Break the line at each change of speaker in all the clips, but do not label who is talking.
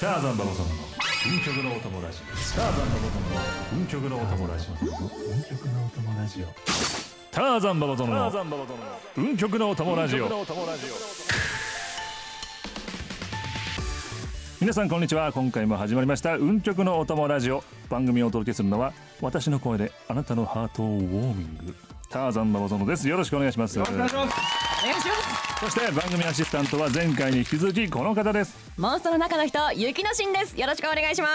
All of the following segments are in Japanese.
ターザンババ様の運極のお友達ターザンババ様の運極のお友達運極のお友達よターザンババ殿の運極のお友ラジオ皆さんこんにちは今回も始まりました運極のお供ラジオ番組をお届けするのは私の声であなたのハートをウォーミングターザンババ殿ですよろしくお願いします
お願いします
そして番組アシスタントは前回に引き続きこの方です
モンストの中の人雪のしんですよろしくお願いしま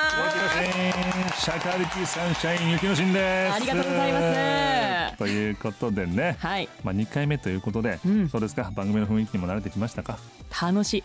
す
シャカリキサンシャイン雪のしんです
ありがとうございます
ということでね、
はい
まあ、2回目ということで、
ん
そうですか番組の雰囲気にも慣れてきましたか
楽 しい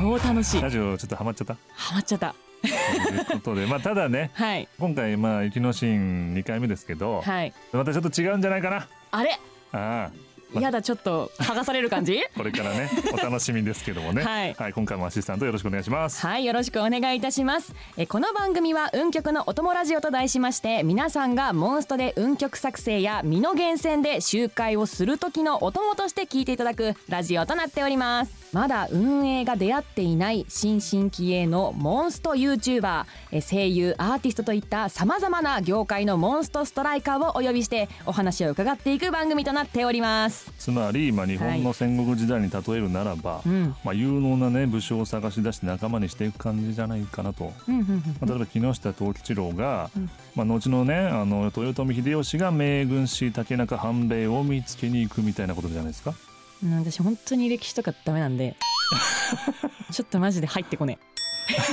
超楽しい
ラジオちょっとハマっちゃった
ハマっちゃった
ということでまあただね
はい
今回まあ雪のシーン2回目ですけど、
はい
またちょっと違うんじゃないかな
あれ
ああま
やだちょっと剥がされる感じ
これからねお楽しみですけどもね
はい
今回もアシスタントよろしくお願いします
はいよろしくお願いいたしますえこの番組は運極のお供ラジオと題しまして皆さんがモンストで運極作成や身の厳選で集会をする時のお供として聞いていただくラジオとなっておりますまだ運営が出会っていない新進気鋭のモンスト YouTuber え声優アーティストといったさまざまな業界のモンストストライカーをお呼びしてお話を伺っていく番組となっております
つまり、まあ、日本の戦国時代に例えるならば、
うん
まあ、有能な、ね、武将を探し出して仲間にしていく感じじゃないかなと、
うんうんうん
まあ、例えば木下藤吉郎が、まあ、後の,、ね、あの豊臣秀吉が名軍師竹中半兵衛を見つけに行くみたいなことじゃないですか。
うん私本当に歴史とかダメなん でちょっとマジで入ってこね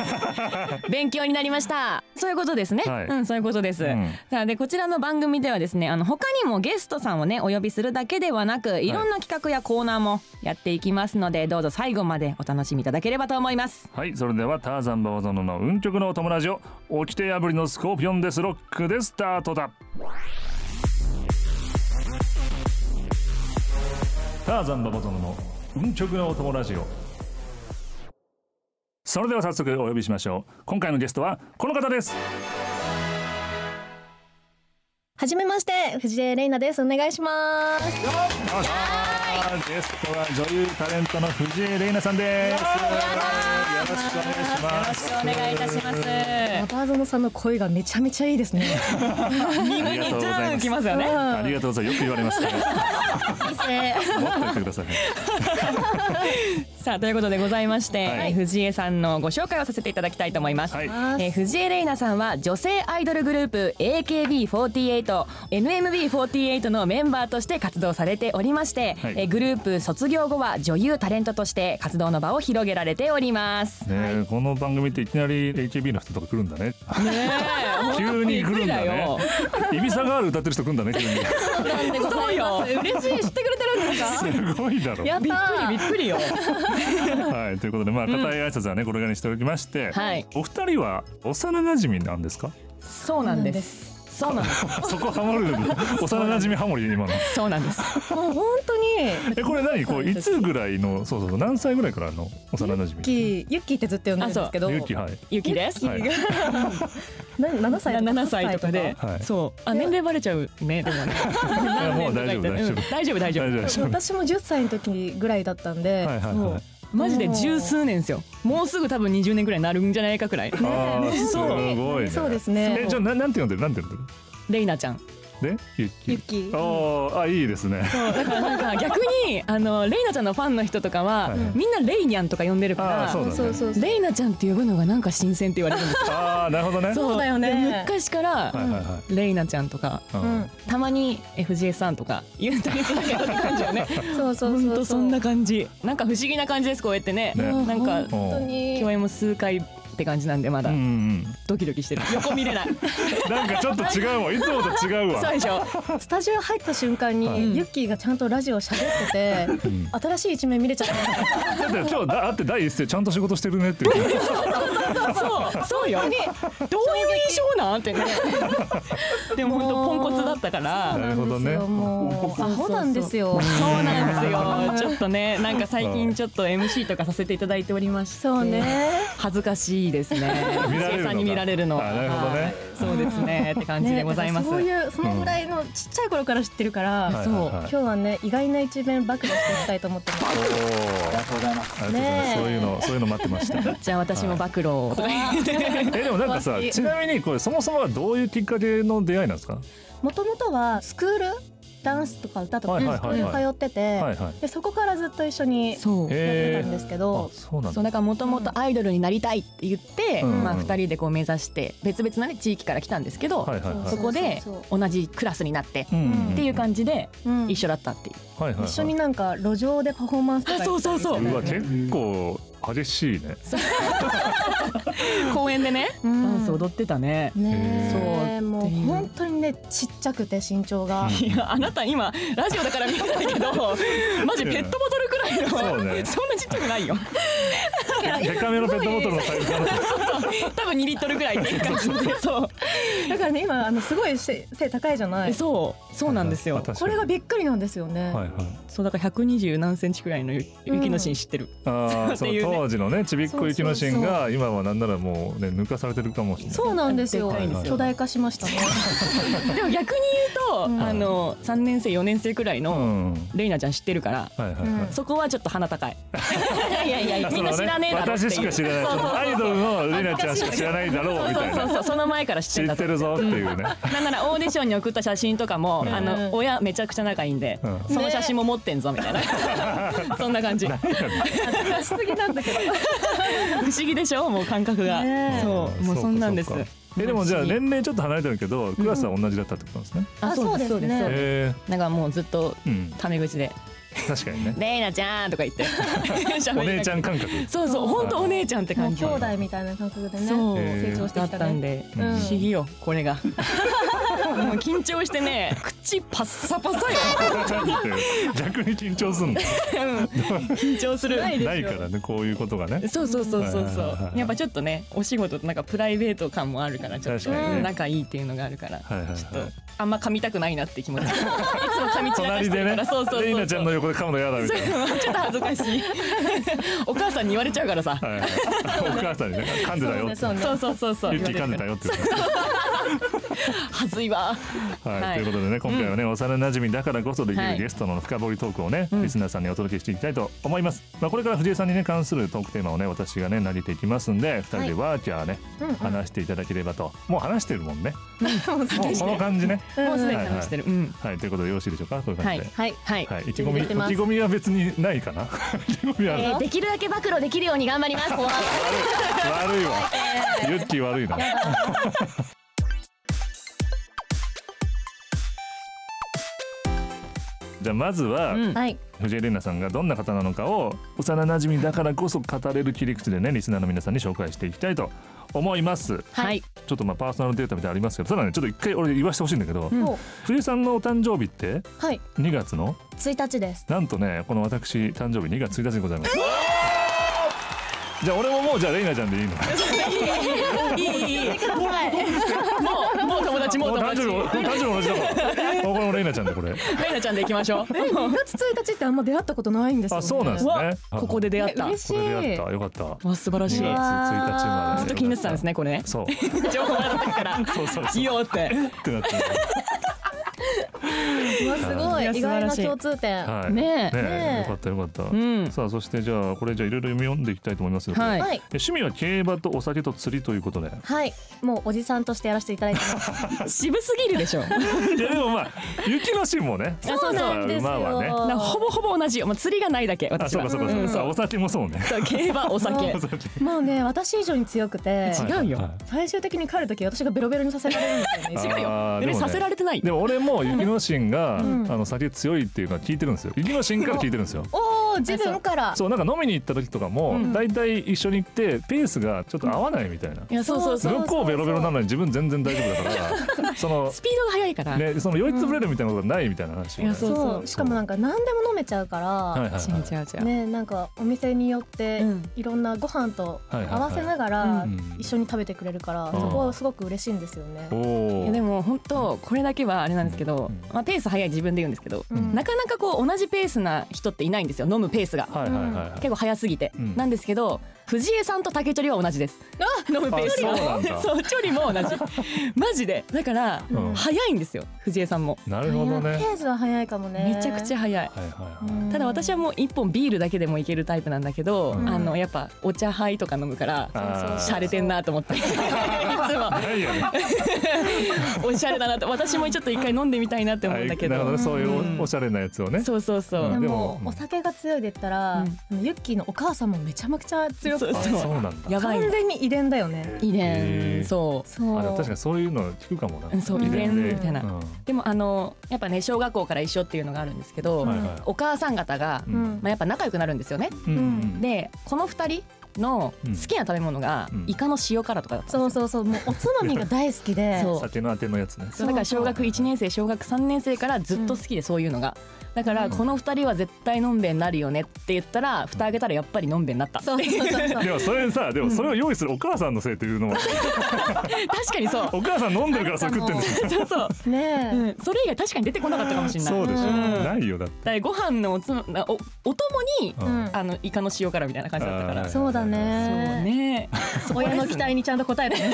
え勉強になりましたそういうことですね、
はい
うんそういうことです、
うん
さあでこちらの番組ではですねあの他にもゲストさんをねお呼びするだけではなくいろんな企画やコーナーもやっていきますので、どうぞ最後までお楽しみいただければと思います
はい、それではターザンババゾノの運極のお友達を起きて破りのスコーピオンデスロックでスタートだターザンババゾノの運極のお友達をそれでは早速お呼びしましょう今回のゲストはこの方です
はじめまして、藤江玲奈です。お願いします。
ゲストは女優タレントの藤井玲奈さんですよろしくお願いし
よろ
ま
し
す
くお願いいたします
バターゾノさんの声がめちゃめちゃいいですね。
耳にジャーンきますよね
ありがとうございますよく言われますねもっと言ってください
さあということでございまして、
はい
えー藤江さんのご紹介をさせていただきたいと思います、
はい
えー藤江玲奈さんは女性アイドルグループ AKB48、NMB48 のメンバーとして活動されておりまして、
はい
えーグループ卒業後は女優タレントとして活動の場を広げられております。ね
ねえ、この番組っていきなり AKB の人とか来るんだね
え
急に来るんだね。イビサガール歌ってる人来るんだね急
なんでござ
そ う
いま
よ。
す。嬉しい、知ってくれてるんですか。
にすごいだ ろ
やっ
びっく
た
りびっくりよ。
はいということでまあ固い挨拶はねこれぐらいにしておきまして、
はい
お二人は幼馴染なんですか
そうなんです。そうなんです。
そこハモるの幼馴染ハモリ今の
そうなんです。
ー。もう本当に。
えこれ何こういつぐらいのそうそうそう何歳ぐらいからの幼馴
ユッ
染
キー、ユッキーってずっと呼んでるんですけど。
ゆきはい
ゆきです。
は い
な七歳とか。
7歳とかで、
はい
そうあ年齢バレちゃうねでも ね
や もう大丈夫
何年とか言ってうん大丈夫大
大
丈
丈夫大丈夫
私も10歳の時ぐらいだったんで、
はいはいはい
もう
夫マジで十数年ですよもうすぐ多分20年ぐらいになるんじゃないかくらい
あーすごいね
そうです
え
ね
じゃあななんて呼んでるなんて呼んで
レイナちゃん
るでゆっき
ユッキー
あーあいいですね
そうだからなんか逆にあのレイナちゃんのファンの人とかは、
はいはい
みんなレイニャンとか呼んでるか
あーそうだ
ら
ね
そうそうそう
レイナちゃんって呼ぶのがなんか新鮮って言われるんです
ああなるほどね
そうだよね
で昔から、
はいはいは
レイナちゃんとか
い、う
うんん、
たまに FJ さんとか言うたりするけどって感じ よね
そうそうそう
ほん
う
とそんな感じなんか不思議な感じですこうやってね
ね
なんか
本当に
共演も数回って感じなんでまだ、
うんうん
ドキドキしてる横見 れない
うん、なんかちょっと違うわいつもと違うわ
そうでしょ
スタジオ入った瞬間に、
はい
ユッキーがちゃんとラジオ喋ってて、
ん
新しい一面見れちゃった
だって今日だあって第一声ちゃんと仕事してるねっていう
そう そうよどういう印象なんってね でも本当ポンコツだったから
なるほどね
そうなんですよもうアホなんですよ。
そうなんですよちょっとねなんか最近ちょっと MC とかさせていただいておりまして
そうね。
恥ずかしいいいですね
見られるのか
藤井さんに見られるの
あなるほどね
はいそうですねって感じでございます、
ねそういうそのぐらいのちっちゃい頃から知ってるから、
はい
そう、
はいはい
今日はね意外な一面暴露していきたいと思ってます。
おー
がとうございます。
ありがとうございます
ねえ
そういうのそういうの待ってました
じゃあ私も暴露をとか言って
えでもなんかさ
怖い
ちなみにこれそもそもはどういうきっかけの出会いなんですか
もともとはスクールダンスとか歌とか、
はいはいはいはい
そういう通ってて、
はいはい
でそこからずっと一緒にやっ
そう
てたんですけ
あ
ど、
そうなん
そ
だ
うだからもともとアイドルになりたいって言って、
うん
まあ、2人でこう目指して別々の、ね、地域から来たんですけど、
はいはいはい
そこで同じクラスになって
うんうんうん
っていう感じで
うん
一緒だったっていう、
はいはいはい
一緒になんか路上でパフォーマンスとかやってたりして
あそうそうそう
うわ結構激しいね
公園でね、
うん
ダンス踊ってたね。
ねえ
そう
もう本当にねちっちゃくて身 長が
いやあなた今ラジオだから見えないけど マジペットボトルくらい
そ
の
うね
そんなちっちゃくな いよ
デカめのペットボトルのサイズだな
多分2リットルくらいっていう感じでそう
だからね今あのすごい背背高いじゃない
そう そうなんです
あ
よ
確かに
これがびっくりなんですよね、
はいはい
そうだから120何センチくらいの雪雪のシーン知ってる、
ああ
そ
そうの
っていうね
当時のねちびっこ雪のシーンが今はなんならもうね抜かされてるかもしれない
そうなんですよ
でか
いんですよ
巨大化しましたね
でも逆に言うと、
うん
あの3年生4年生くらいの、
うんはい
レイナちゃん知ってるから
はいはい
うん
そこはちょっと 鼻高いいやいやいやみんな知らねえだろってい
そうの私しか知らない
そうそうそう
アイドルのレナちゃんしか知らないだろうみたいな
そうそうそうその前から知って
知
んだ
っ
と
てるぞっていうね
なんならオーディションに送った写真とかも、
うん
あ
うん
の親めちゃくちゃ仲いいんで、
うん
その写真も持ってんぞみたいな、そんな感じ不
出しすぎなんだけど
思議でしょもう感覚が、
ね え
そうもうそんなんです
そうかそうかえでもじゃあ年齢ちょっと離れてるけどクラスは同じだったってことなんですね
あそうですね
そうです
へ
なんかもうずっと
えうん
タメ口で
確かに
「
ね
レイナちゃん」とか言って
お
お
姉ちゃん感覚
そうそう本当お姉ちゃんって
もう
感じ
兄弟みたいな感覚でね
そう
へー
成長して
だ
き
ったたん
ね
で、
うん
不思議よこれが もう緊張してね口パッサパ サよ
逆に緊張するの
うん緊張する
ないからねこういうことがね
そうそうそうそうそ
はいはいは
う
い
やっぱちょっとねお仕事となんかプライベート感もあるからちょっと
確かにね
仲いいっていうのがあるから、
はいはいはい
ちょっとあんま噛みたくないなって気持ちいつも噛み散らか
隣
して
で
る
ね
から、そうそうそうそう
レイナちゃんの横で噛むの嫌だみ
そ
た
う
いな
いうのはちょっと恥ずかしいお母さんに言われちゃうからさ、
はいはいお母さんにね噛んでたよって
そうね
そうそうそうそう
ユッキー噛んでたよって言って
はずいわ
はい、
はい
ということでね今回はね、幼馴染だからこそでき
は
る
い
ゲストの深掘りトークをね、
うん
リスナーさんにお届けしていきたいと思います、まあ、これから藤井さんにね関するトークテーマをね私がね投げていきますんで2人でワーキャーね、
うんうん
話していただければともう話してるもん ね
もう
もうこの感じね
もうすでに
はい
話してる、うん
はいということでよろしいでしょうかこういう感じで、
はい
はい、
はい意気込み意
準備して
気
ます
込みは別にない かな意気込みはある、
えーできるだけ暴露できるように頑張 ります。
悪いわユッキー悪いな じゃあまずは、
うん
はい、
藤井玲奈さんがどんな方なのかを幼なじみだからこそ語れる切り口でねリスナーの皆さんに紹介していきたいと思います
はい、
ちょっとまあパーソナルデータみたいなのありますけどただねちょっと一回俺言わしてほしいんだけど、
うん
お
藤井さんのお誕生日って
はい、
2月の
一日です。
なんとねこの私誕生日2月1日でございます、じゃあ俺ももうじゃあレイナちゃんでいいの
いいいいいいもうもう友達もう
お
友
誕
達
生日お誕生日同じ だからおこれもレイナちゃんでこれ
レイナちゃんで行きましょう
二月一日ってあんま出会ったことないんですよ、
あ
ね。
そうなんです
う
ね
わここで出会
え
った
嬉し
これで
い
やっ。たよかった
わ素晴らしい
2月1日
ず
まで
っと気になってたんですねこれね
そう
情報があったから
そうそう
い
そ
いうよって
ってなってる
うわすご
い
い
や
意外
素晴ら
な
しい
共通点。は
はい、
ねえ
え
ねえ、
よかったよかった、
ん
さあそしてじゃあこれじゃあいろいろ読み読んでいきたいと思いますよ、
はいい
はい、
え趣味は競馬とお酒と釣りということで い
もうおじさんとしてやらせていただいてます。
渋すぎるでしょ
やでもまあ雪のシーンもね
そうそう
馬はね
なほぼほぼ同じよもう釣りがないだけ
あ
私
そう
は
かそうかそうか、
ん
あお酒もそうね
そう競 馬お酒
お酒
もうね、私以上に強くて、
違うよ
は
最終的に狩るとき私がベロベロにさせられるんですよ
いはい
違
ね。
うよ
あーでもね
俺させられてない
でも俺も雪のシーンが、
うん
あの酒強いっていうか聞いてるんですよ雪のシーンから聞いてるんですよ
おお、自分から。
そうなんか飲みに行った時とかも、
うん
だいたい一緒に行ってペースがちょっと合わないみたいな、
いやそうそうそう
そう
向こうベロベロなのに自分全然大丈夫だからその
スピードが速いから、
ね、その酔いつぶれるみたいなことがないみたいな話をね、
うんいやそう
そうしかもなんか何でも飲めちゃうから、
はいはいはい
違う違う違う、
ねなんかお店によって
うん
いろんなご飯と合わせなが
はいはいは
ら
い
うん
一緒に食べてくれるから、
うん
そこはすごく嬉しいんですよね。
お
い
お
やでも本当これだけはあれなんですけど、
うん
まあ、ペース速い自分で言うんですけど、
うん
なかなかこう同じペースな人っていないんですよ飲むペースが、
はいはいはいはい
結構早すぎて、
うん
なんですけど藤江さんと竹チョリは同じです飲むペース
あそうなんだ
そうチョリも同じマジでだから、
うん
早いんですよ藤江さんも
な
ペ
るほどね。
ースは早いかもね
めちゃくちゃ
ゃ
早い、
はいはいはい。
ただ私はもう一本ビールだけでもいけるタイプなんだけど、
うん
あのやっぱお茶杯とか飲むから
あー
洒落てんな と思って いつも
ないよね。
おしゃれだなと私もちょっと一回飲んでみたいなって思うんだけど、
はいなるほどねそういううんおおしゃれなやつをね。
そうそうそう、
う
で
んで
も
も
お酒が強いで言ったら、
うん
あのユッキーのお母さんもめちゃくちゃ強くて
あ
そう
そうなんだ。
やばい
完全に遺伝だよね
遺
へ
伝
ー
そう
そう
あでも確かにそういうの聞くかも
う
な。
んそう
遺
遺伝
で
みたいな、
うん
でもあのやっぱね小学校から一緒っていうのがあるんですけど、
はいはい
お母さん方が、
う
うんん
まあ、やっぱ仲良くなるんですよね、
うんうん
でこの二人の
うん
好きな食べ物が、
うん
イカの塩辛とかだったんですよ
そうそうそうもうおつまみが大好きで
そう
酒のあてのやつね。
そうだから小学1年生小学3年生からずっと好きでそういうのが。だからこの2人は絶対のんべえになるよねって言ったら蓋開けたらやっぱりのんべえになった
そうそうそうそう
でもそれさでもそれを用意するお母さんのせいっていうのも
確かにそう
お母さん飲んでるから それ食ってんでし
そうそう、
ねえ、
うん、それ以外確かに出てこなかったかもしれ
ょ
ない
そうでしょ
ん
ないよだって
だからご飯のおつまおお供に
うん
あのイカの塩辛みたいな感じだったから
あー
そ
そうだ
う
ね
ね
親の期待にちゃんと応えてね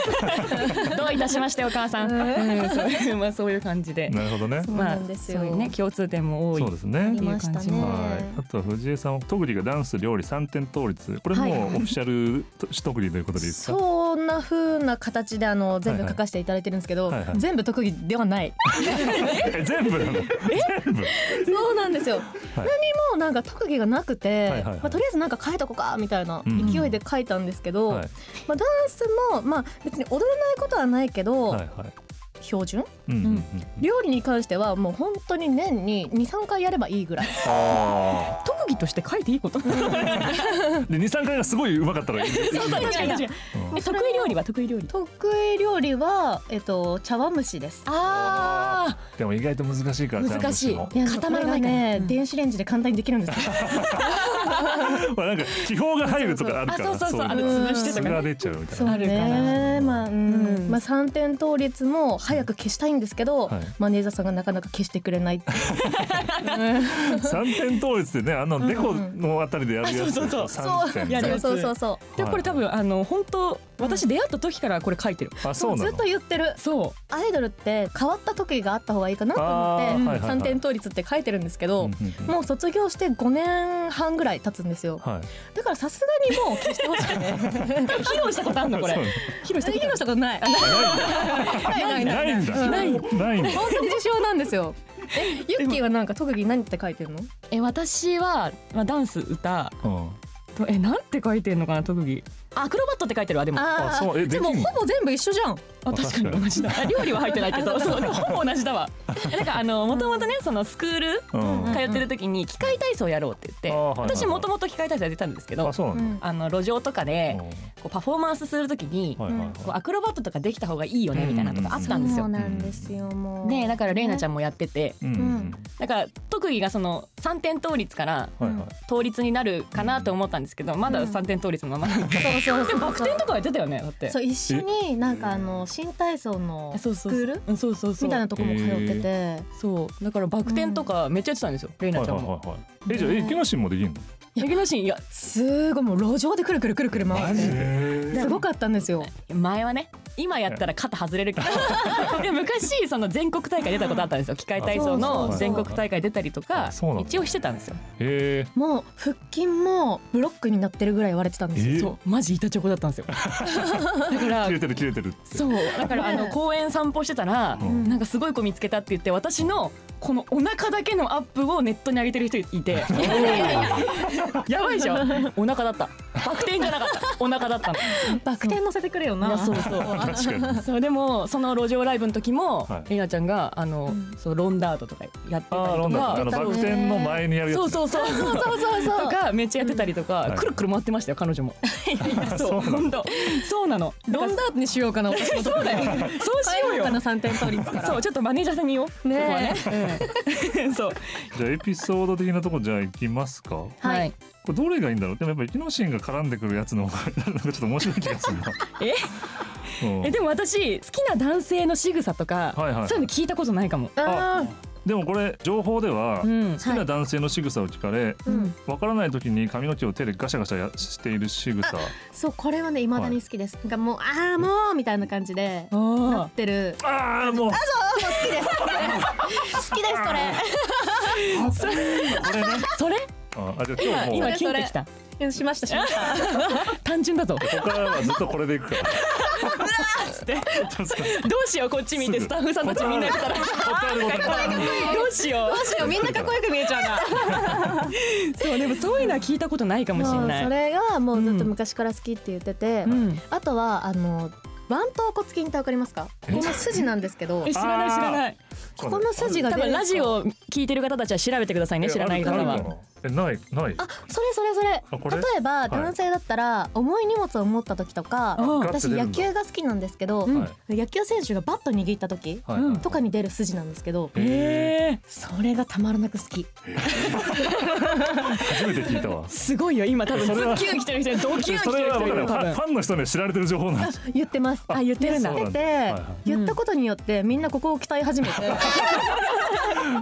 どういたしましてお母さん、うんそう まあ、そういう感じで
なるほどね
そう
ま
な
あ
んですよ
そういうね共通点も多い
そうですね
ていう感じも
はいあとは藤江さんは特技がダンス料理三点倒立これ
はい
もうオフィシャルと取得技ということでいいですか
そんな風な形であの全部書かせていただいてるんですけ
は
ど、
いはいはいはい
全部特技で はない
え全部なの全部
そうなんですよ、
はい
何もなんか特技がなくて、
はいはいはい
まあ、とりあえずなんか書いとこうかみたいな
うん
勢いで書いたんですけど、
はい
まあ、ダンスも、まあ、別に踊れないことはないけど、
はいはい
標準
うんうんうん
料理に関してはもう本当に年に23回やればいい ぐらい
あ
特技として書いていいこと
ーで二三回がすごいうまかったらいいね
そうそう確かに確かに
うん
で得意料理は得意料理
得意料理は、えっと、茶碗蒸しです
あ
でも意外と難しいから
難しい
ちゃんと
いや
固まらない
こ
か
れが
ら
ね、
うん
電子レンジで簡単にできるんですよ
してもまあなんか気泡が入るとかあるから
あそうそうそう
いの
あの潰して
そ
とか
れ
ね
が出ちゃうみたいな
あるから
ねまあ、うん
うん
まあ、3点倒立も早く消したいんですけど、
はい
マネージャーさんがなかなか消してくれないっていう
三点倒立でねあのデコのあたりでやるやつ
うんうんあそうそう
三点
やるやつ
そうそうそう
あでもこれ多分あの本当私出会った時からこれ書いてる
あ
そ
そうう
ず
な
っと
の
言ってる
そ
アイドルって変わった特技があった方がいいかなと思
あーはい
って
はいはい
三点倒立って書いてるんですけど、
うんうんうん
もう卒業して5年半ぐらい経つんですよ
はい
だからさすがにもう消してほし くて披露したことあんのこれ
そう
披露したことない ないない
ないんだ
ない
ないんだ
本当に自称なんですよえユッキーはなんか特技何って書いてるの
うえ私はまあダンス歌
うん
とえなんて書いてんのかな特技あアクロバットって書いてるわでもあ
あそうえ
でも
できんの
ほぼ全部一緒じゃん
確かに同じだ あ料理は入ってないけどそうでもほぼ同じだわえなんかあのもともとねそのスクール
うん
通ってる時に機械体操やろうって言って
あーはいはいはい
私もともと機械体操やってたんですけど
あそうなんだ
あの路上とかで
うん
こうパフォーマンスするときに
はいはい
こう
はい
アクロバットとかできた方がいいよねみたいなのとかあったんですよ。
なんです
よも
でだからレイナちゃ
ん
んもやってて
うんうん
だから特技がその3点倒立から
はいはい
倒立になるかなと思ったんですけどまだ
うん
3点倒立のままなんで
そうそうそう
バク転とかはやってたよねだって
そう一緒になんかあの新体操の
そう
スクール
うんそうそうそう
みたいなとこも通ってて、
そうだからバク転とかめっちゃやってたんですよレイナ
はい
ちゃんも
はいはいえじゃあえ木梨もできんの
ヤギのシーンいや
すごいもう路上でくるくるくるくる回って
です
ごかったんですよ
前はね今やったら肩外れるけどで昔その全国大会出たことあったんですよ機械体操
あそうそ
の
う
全国大会出たりと
あ
か
そうなんだ
一応してたんですよ
へ
もう腹筋もブロックになってるぐらい言われてたんです
え
よ
そうマジ板チョコだった んですよだか
え
ら
切れてる切れてるって
そうだからあの公園散歩してたら
うん
なんかすごい子見つけたって言って私のこのお腹だけのアップをネットに上げてる人い てやばいじゃんお腹だったバク転じゃなかったお腹だったの
バク転乗せてくれよ
い
な
やそうそう
確か に
そうでもその路上ライブの時も
はい
りなちゃんがあの
ん
そのロンダートとかやってたりと
あーロンダ
か
あの
そ
バ
う
ク転の前にやるやつ
そう
う
そうそうそう そう
そうそうそう
とかめっちゃやってたりとか
うん
くるくる回ってましたよ彼女 も
そ
そう
な
う
の
本当そうなの
ロンダートにしようかな私のそうだよ
そうしようよ
の三点倒 立から
そうちょっとマネージャーさんに言おう
ね
ここはね そう
じゃあエピソード的なとこじゃあ行きますかこ
はい
はい
れどれがいいんだろうでもやっぱり木梨が絡んでくるやつの方がなんかちょっと面白い気がするな
え
うん
えでも私好きな男性の仕草とか
はいはい
そういうの聞いたことないかも
あー
でもこれ情報では、
うん
好きな男性の仕草を聞かれ、
うん、
わからない時に髪の毛を手でガシャガシャやしている仕草
そうこれはね未だに好きです、がもうああもうみたいな感じでな
あ
ってる
ああもう
あそうもう好きです好きですそれ
これね
あそれ
ああじゃあ今日もう
今
それ
キュンってきた
うんしましたしました
単純だぞ
ここからはずっとこれでいくからそうそうそう
どうしようこっち見て
す
ス
ぐ
タッフさんたちみんな来たらど
答えることに
うしよ
どうしようみんなかっこよく見えちゃうな
うそうでもそういうのは聞いたことないかもしれ
もう
ない
それがもうずっと昔から好きって言ってて、
うん
あとはあの腕頭骨筋ってわかりますかここの筋なんですけど
え知らない知らない
ここの筋が
多
出る
分ラジオ聞いてる方たちは調べてくださいね知らない方
えある
は
かなえないない
あそれそれそれ
あこれ
例えば男性だったら重い荷物を持った時とか、
うん
ガッ
私
て出る
野
んだ
球が好きなんですけど、
ん
野球選手がバット握った時
はいはいはい
とかに出る筋なんですけど、
え
えー
それがたまらなく好き
ー初めて聞いたわ
すごいよ今多分ズ
それは
ッキュン来てる人にドキュン
そ
来て
れ
る
は分
人
か
いる
る
よ
フ
多分
ァンファンの人には知られてる情報なんです
言ってますあ言ってるんだ
そう
言
な
っ
ん
て
だ
て、
はいは
言ったことによってみんなここを鍛え始めて、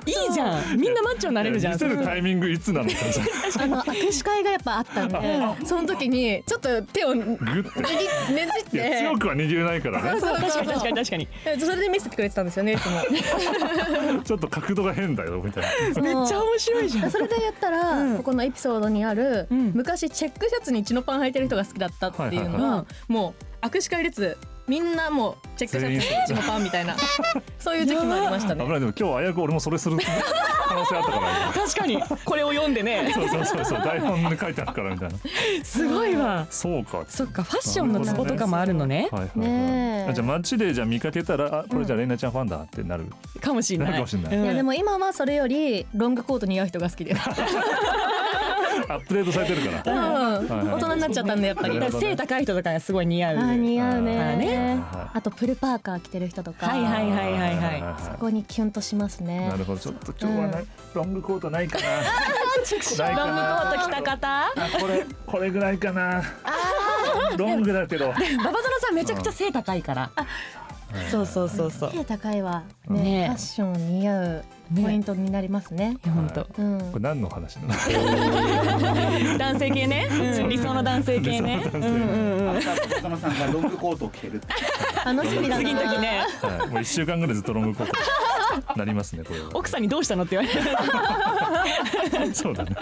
いいじゃんみんなマッチョになれるじゃん
見せるタイミングいつなのかじゃ
あの握手会がやっぱあったんでその時にちょっと手を握っ
あグッて
ねじっ
いや
て
強くは握れないからね
そうそう
確
そ
か
う
に確かに確かに
それで見せてくれてたんですよねいつも
ちょっと角度が変だよみたいな
めっちゃ面白いじゃん
それで言ったら、
うん
ここのエピソードにある、
うん
昔チェックシャツにチノパン履いてる人が好きだったっていうのは,、
はい
はいは
もう握手会列みんなもうチェックシャツにチノパンみたいなそういう時期もありました
危
ね。
ないでも今日危うく俺もそれする可能性あったから
確かにこれを読んでね
そうそうそうそう台本に書いてあるからみたいな
すごいわ
そうか
そっかファッションのツボとかもあるのね
はいはいはい
ねえ
あじゃあ街でじゃあ見かけたらあこれじゃあレイナちゃんファンだってなる
かもしれ
な
ない
るかもしれない
うん
いやでも今はそれよりロングコート似合う人が好きです。
アップデートされてるから
うん
はい
大人になっちゃったんでやっぱり。
な
だ
る
か
ほど
ら
ね
背高い人とかがすごい似合う
あー似合う
あ
ー
ね
ね
は
あとプルパーカー着てる人とか、
はいはいはいはいはい
ここにキュンとしますね
な。るほどちょっと今日はな
う
ロングコートない かな
ロ
ない
ング
か
コ
な
ート着た方
あこれこれぐらいかなロングだけど
馬場園さんめちゃくちゃ背高いからそうそうそうそう
背高いは
ねえ
ねファッション似合うポイントになりますね。
いや本当
うん
これ何の話なの
男性系ねうん理想の男性系ね
理想の男性
うんうんうん
中野さんがロングコートを着てるって
楽しみだな。
次の時ね
はいもう一週間ぐらいずっとロングコートなりますねこれ は
奥さんにどうしたのって言われる
そうだね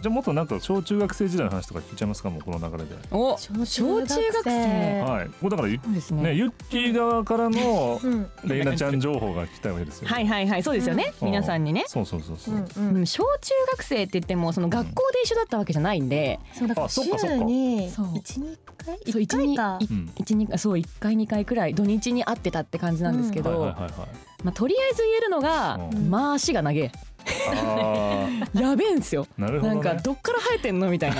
じゃあもっとなんか小中学生時代の話とか聞いちゃいますかもうこの流れで
お
小
小中学生
はいこれだからゆ
そうです
ね
ね
ユッキー側からの
うん
レイナちゃん情報が来たわけですよ
はいはいはいそうですよね
うん
皆さんにね
そうそうそうそううん
うん
う。ん小中学生って言ってもその学校で一緒だったわけじゃないんで
そうだから
あそっかそっか
週に
そう
一二回
そう
一回か
一
うん
一二そう1回2回くらい土日に会ってたって感じなんですけ
はいはい
ど
はいはい
まあとりあえず言えるのが
うん
まあ足が長え
あ ー
やべえんすよ
なるほ
な
ど
ん
ね
かどっから生えてんのみ たいな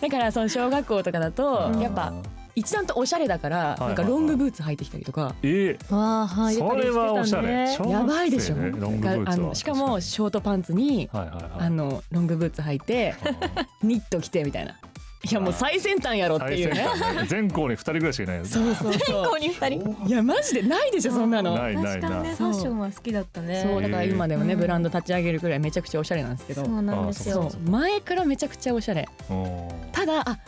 だからその小学校とかだと
うん
やっぱ一段とおしゃれだから
いはい
なんかロングブーツ履いてきたりとか
え
わあはい
それはおしゃれ
やっぱりしてたね
やばいでしょ
小学生ねロングブーツは
あのしかもショートパンツに
はいはいはい
あのロングブーツ履いてニット着てみたいないやもう最先端やろっていうね
最先端ね全校に二人ぐらいしかいないよね
そうそうそう
に二人
いやマジでないでしょそんなの
ないない
確かに
な
ね
い
ファッションは好きだったね
そうだから今でもね
うん
ブランド立ち上げるくらいめちゃくちゃおしゃれなんですけど
そうなんです
あ
よ
そう前からめちゃくちゃおしゃれ
うん
ただあ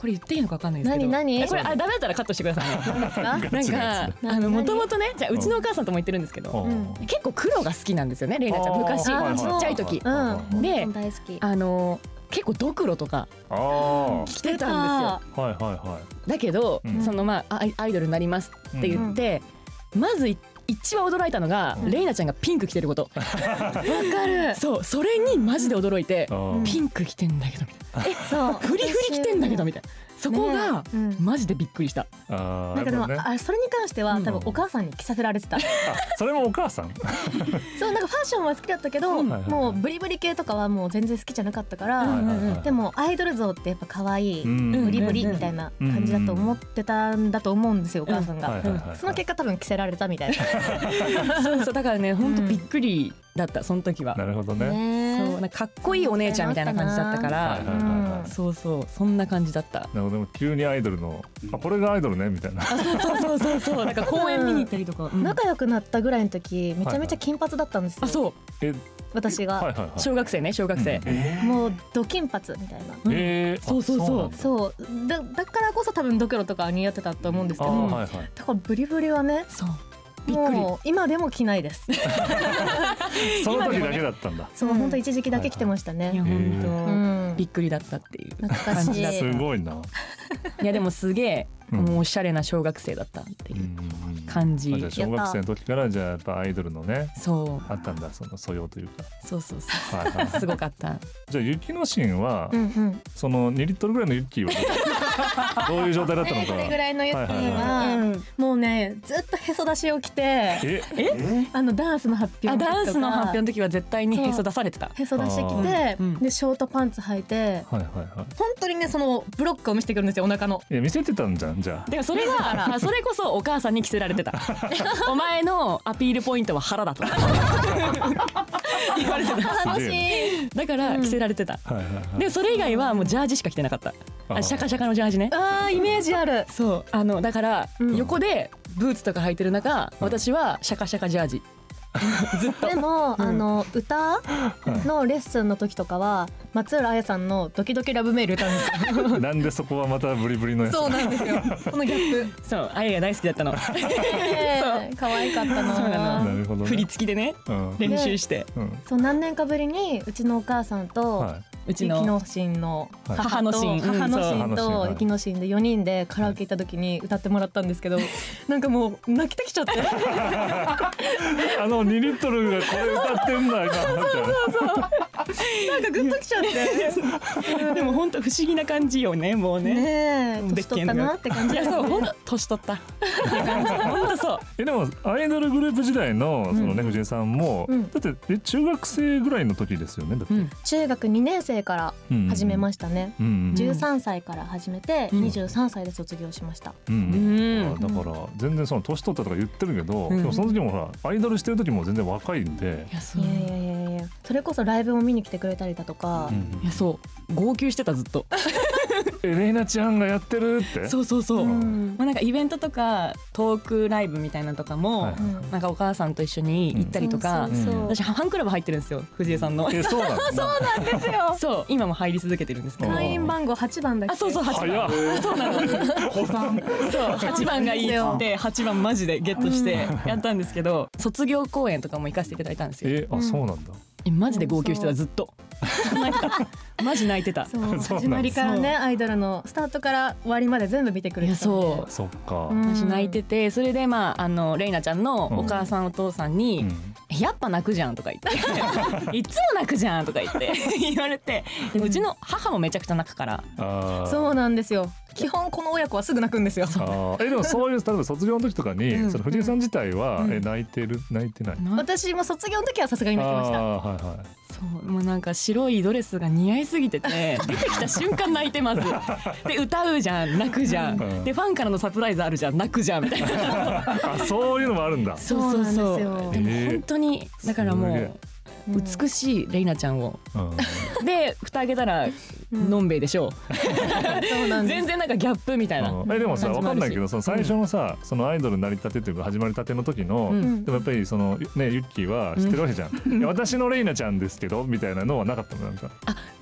これ言っていいのかわかんないですけど
何何
えこれあダメだったらカットしてくださいね
なんか
ガ
なん
チなや
か
つ
あのもともとねじゃあ
うん
うちのお母さんとも言ってるんですけど
うん
結構黒が好きなんですよねレイナちゃん昔ち
あー
っちゃい時
う
うん
ん
で
大好き
あの結構ドクロとか
ああ
着てたんですよ
ーはいはいはい
だけど、
うん
そのまあアイアイドルになりますって言って、まずい一番驚いたのが、
うん
レイナちゃんがピンク着てること、
わかる
そうそれにマジで驚いて、
あー
ピンク着てんだけどみたいな
えそう
フリフリ着てんだけどみたいなそこが、
ねうん
マジでびっくりした
あー
なんかでも
やっぱね
あそれに関しては多分お母さんに着させられてた
あそれもお母さん
そうなんかファッションは好きだったけど
うん
もうブリブリ系とかはもう全然好きじゃなかったか
うん
ら
はいはいはい
でもアイドル像ってやっぱ可愛い
うん
ブリブリみたいな感じだと思ってたんだと思うんですよお母さん
はい
が
はいはいはい
その結果多分着せられたみたいな
そうそうだからね本当
うん
びっくりだったその時は
なるほどね。
そう
ね
なんかかっこいいお姉ちゃんみたいな感じだったか
はいはい
ら
はいは
そうそうそんな感じだった
い。なんかでも急にアイドルのあこれがアイドルねみたいな。
そうそうそうそう なんか公園見に行ったりとか、うん
仲良くなったぐらいの時めちゃめちゃ金髪だったんですよ、
あそう
え
私
はい
が、
はいはい。
小学生ね小学生、
えー
もうド金髪みたいな
うん
えーあ
そうそうそう
なんだ
そうだだからこそ多分ドクロとか似合ってたと思うんですけ
あ
ど、
ーはいはい。
だからブリブリはね
そうびっくり
もう今でも着ないです
その時だけだったんだ。
そう、
うん
本当一時期だけ着てました
いや
ね、
本当、
うん
びっくりだったっていう
懐かし
感じだっ
い
すごいな。
いやでもすげえ、
うん
もうおしゃれな小学生だったっていうう、
ん
感じ
あじゃあ小学生の時からじゃあやっぱアイドルのね
そ
あったんだその素養というか。
うそうそうそ
はいはいう
すごかった
じゃあ雪のシーンは、
うんうん
その2リットルぐらいのユッ キーはどうどういう状態だったの
ね
か
こ。れぐらいのユッキー
は
は
うん
もうねずっとへそ出しを着て
え
あのダンスの発表
あ
の時とか
ダンスの発表の時は絶対にへそ出されてた
へそ出してきて、
うん
でショートパンツ履いて
はいはいはい。
本当にねそのブロックを見せてくるんですよお腹の
いや見せてたんじゃんじゃあ。
でもそれはそれこそお母さんに着せられ てたお前のアピールポイントは腹だと言われてた
楽しい。
だから着せられてた、
はいはいはい。
でそれ以外はもうジャージしか着てなかったあシャカシャカのジャージね
あーイメージある
そうあのだから、
うん
横でブーツとか履いてる中私はシャカシャカジャージ
でも、
うん
あの歌のレッスンの時とかは松浦彩さんの「ドキドキラブメール」歌うんですよ
なんでそこはまたブリブリのやつ。
そうなんですよこのギャップ
そうあやが大好きだったの
ねえ可愛かったな
そうな
なるほど、ね。
振り付きでね
うん。うん。
練習して
そう何年かぶりにうちのお母さんと、
は
うち
雪
の
の神の
はい
母と
母の神うん
母
そう
の神
母の
と
神
雪の神で4人でカラオケ行った時に歌ってもらったんですけどなんかもう泣けてきちゃって
い。あの2リットルがこれ歌ってんだ今。
なんかグッときちゃって
でも本当不思議な感じよねもうね
ねえ
うん
年取ったなって感
い
じ
や
です
そう
ね
本当年 取った本当そう
えでもアイドルグループ時代のそのね、藤井さんも、
うん
だってえ中学生ぐらいの時ですよねだって。
うん
中学2年生から始めま
し
したね、
た。うん
じゅ
13歳から始めて
うん
23歳で卒業しました、
うん。うん
うん
あだから全然その年取ったとか言ってるけど、
うん
でもその時もほらアイドルしてる時も全然若いんで、
いやそう
いやいやいやいやそれこそライブも見に来てくれたりだとか、
いやそう号泣してたずっと
えレイナちゃんがやってるって
そうそうそううも
ん
うなんかイベントとかトークライブみたいなのとかも、
はい
うん
なんかお母さんと一緒に行ったりとか、
そうそうそう
うん
私ファンクラブ入ってるんですよ藤江さんの
えそうなん だそうなん
そう今も入り続けてるんですけど
うん
会員番号8番だっけ
あそうそう8
早っ
番そうなの
子さん
そう8番がいいっつって8番マジでゲットしてやったんですけど卒業公演とかも行かせていただいたんですよ
えあそうなんだ
えマジで号泣してたずっと泣いてたマジ泣いてた
そう
なんだ
始まりからねアイドルのスタートから終わりまで全部見てくれてたんで
いやそう
そっか、
うん
私泣いててそれでまああのレイナちゃんのお母さんお父さんに
うん
「やっぱ泣くじゃん」とか言 って「いつも泣くじゃん」とか言って言われてでうちの母もめちゃくちゃ泣くから
あー
そうなんですよ
基本この親子はすぐ泣くんですよ
あーえでもそういう例えば卒業の時とかに、
うん
その藤井さん自体は、
うん
え泣いてる泣いてない、
な
私も卒業の時はさすがに
あ
泣きました
あーはいはい
そうもうなんか白いドレスが似合いすぎ てて出てきた瞬間泣いてますで歌うじゃん泣くじゃん、
うん
でファンからのサプライズあるじゃん泣くじゃんみたいな
あ そういうのもあるんだ
そうそうそう
そうなん
ですよ
も
へえ
本当にだからも
す
う美しいレイナちゃんを
うん
で蓋開けたら
うん
のんべいでしょ
そうな
う、
んです
全然なんかギャップみたいな、
うんえでもさ
感じ
わ
も
かん
あるし
ないけどその最初のさ、そのアイドル成り立てというか始まりたての時の、
うん
でもやっぱりそのねユッキーは知ってるわけじゃん、いや私のレイナちゃんですけどみたいなのはなかったのなんか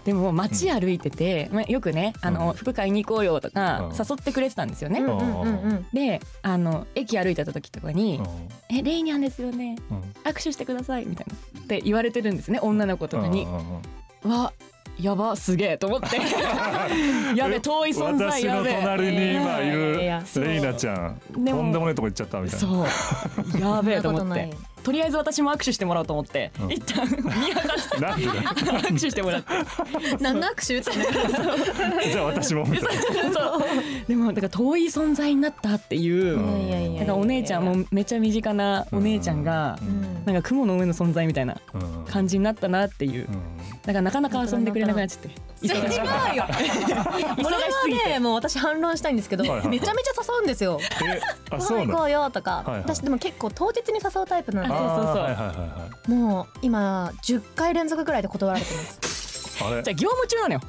でも街歩いてて、まあ、よくねあ
う
の、
ん
服買いに行こうよとか
うん
誘ってくれてたんですよね、
うんうんうんうん
であの駅歩いてた時とかに「えレイニャンですよね
うんうん
握手してください」みたいなって言われてるんですね女の子とかに
うん。うんうん
わやばすげえと思って やべ遠い存在
私
や
の
べ
隣に今いる
いやいやいや
レイナちゃんとん
で
で
も
もないとこ行っちゃったみたいな
そうやべえと思ってとりあえず私も握手してもらおうと思って、
うん
一旦宮川さん
なんでだ
握手してもらって
何の握手って
じゃあ私もみたいな
そうでもだから遠い存在になったっていう、
うん
いやいやいや
なんかお姉ちゃんもめちゃ身近なお姉ちゃんが
うん
なんか雲の上の存在みたいな
うん
感じになったなっていう
うん
だからなかなか遊んでくれなくなっちゃって忙しい
違うよこれはねもう私反論したいんですけど、
はいはいはい
めちゃめちゃ誘うんですよ
えあ
ご
そうな
飯行こ
の
うよとか、
はいはい
私でも結構当日に誘うタイプなん
あー
で
そうそうそう
はいはいは
もう今10回連続ぐらいで断られてます
いはいあ
じ
れ
ゃあ業務中なのよ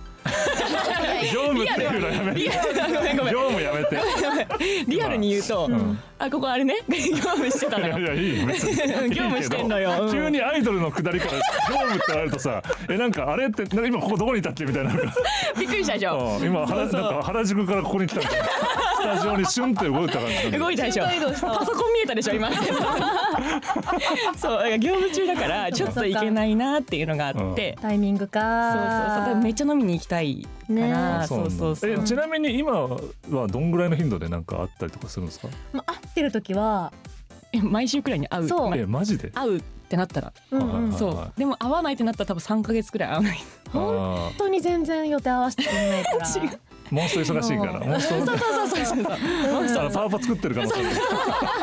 業務っていうのやめて
リアルごめんご
業務
めん
やめて
リアルに言うと、
ん
あここあれね業務してた
いや
の
い
よ
やいいよ別に
うん業務してんのよ
いいけど
うん
急にアイドルの下りから業務ってあるとさえなんかあれってなんか今ここどこにいたっけみたいななんか
びっくりしたでしょ
うん今原
そうそう
なんか原宿からここに来たみたいなスタジオにシュンって動いた感じなんだ
動いたでしょパソコン見えたでしょ今そうだから業務中だからちょっといけないなっていうのがあって、
タイミング
そうそうそう
か
多分めっちゃ飲みに行きたいか
ね
ら、
あそう
そ
な
うん
だ
そうそう
えちなみに今はどんぐらいの頻度でなんかあったりとかするんですか
まあ、会ってる時は
え毎週くらいに会う
そう
ま
えマジで
会うってなったら、
うんうん、
はいはい
本
そうでも会わないってなったら多分3か月くらい会わない
あ
当に全然予定合わせてくれないから
違う
ーモンスト忙しいからモンス
そうそうそうそうそうモンス
ト
タ
あの
ー
パワパ作ってるからね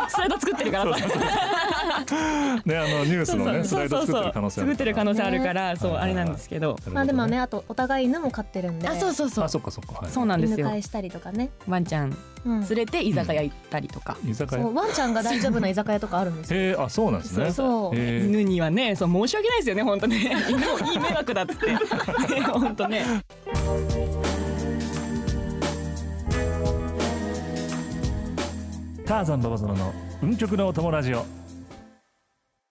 スライド作ってるからさ
あのニュースのねス
そ
ラ
う
イ
そ
ド
う
作ってる
そう
可能性あ
作ってる可能性あるから、そう
はい
あ
はい
れ
はい
なんですけど、
な
まあ
るほど
でもねあとお互い犬も飼ってるんで
あそうそうそう
あそっかそっかはい
そうなんです
犬
よ
飼いしたりとかね、
ワンちゃん
うん、
連れて居酒屋行ったりとか、
居酒
そ
屋
うワンちゃんが大丈夫な居酒屋とかあるん ですよ
へえあそうなんですね
そう
へー
犬にはねそう申し訳ないですよね本当ね犬もいい迷惑だっつってね本当ね
ターザンババゾノの運極のお友ラジオ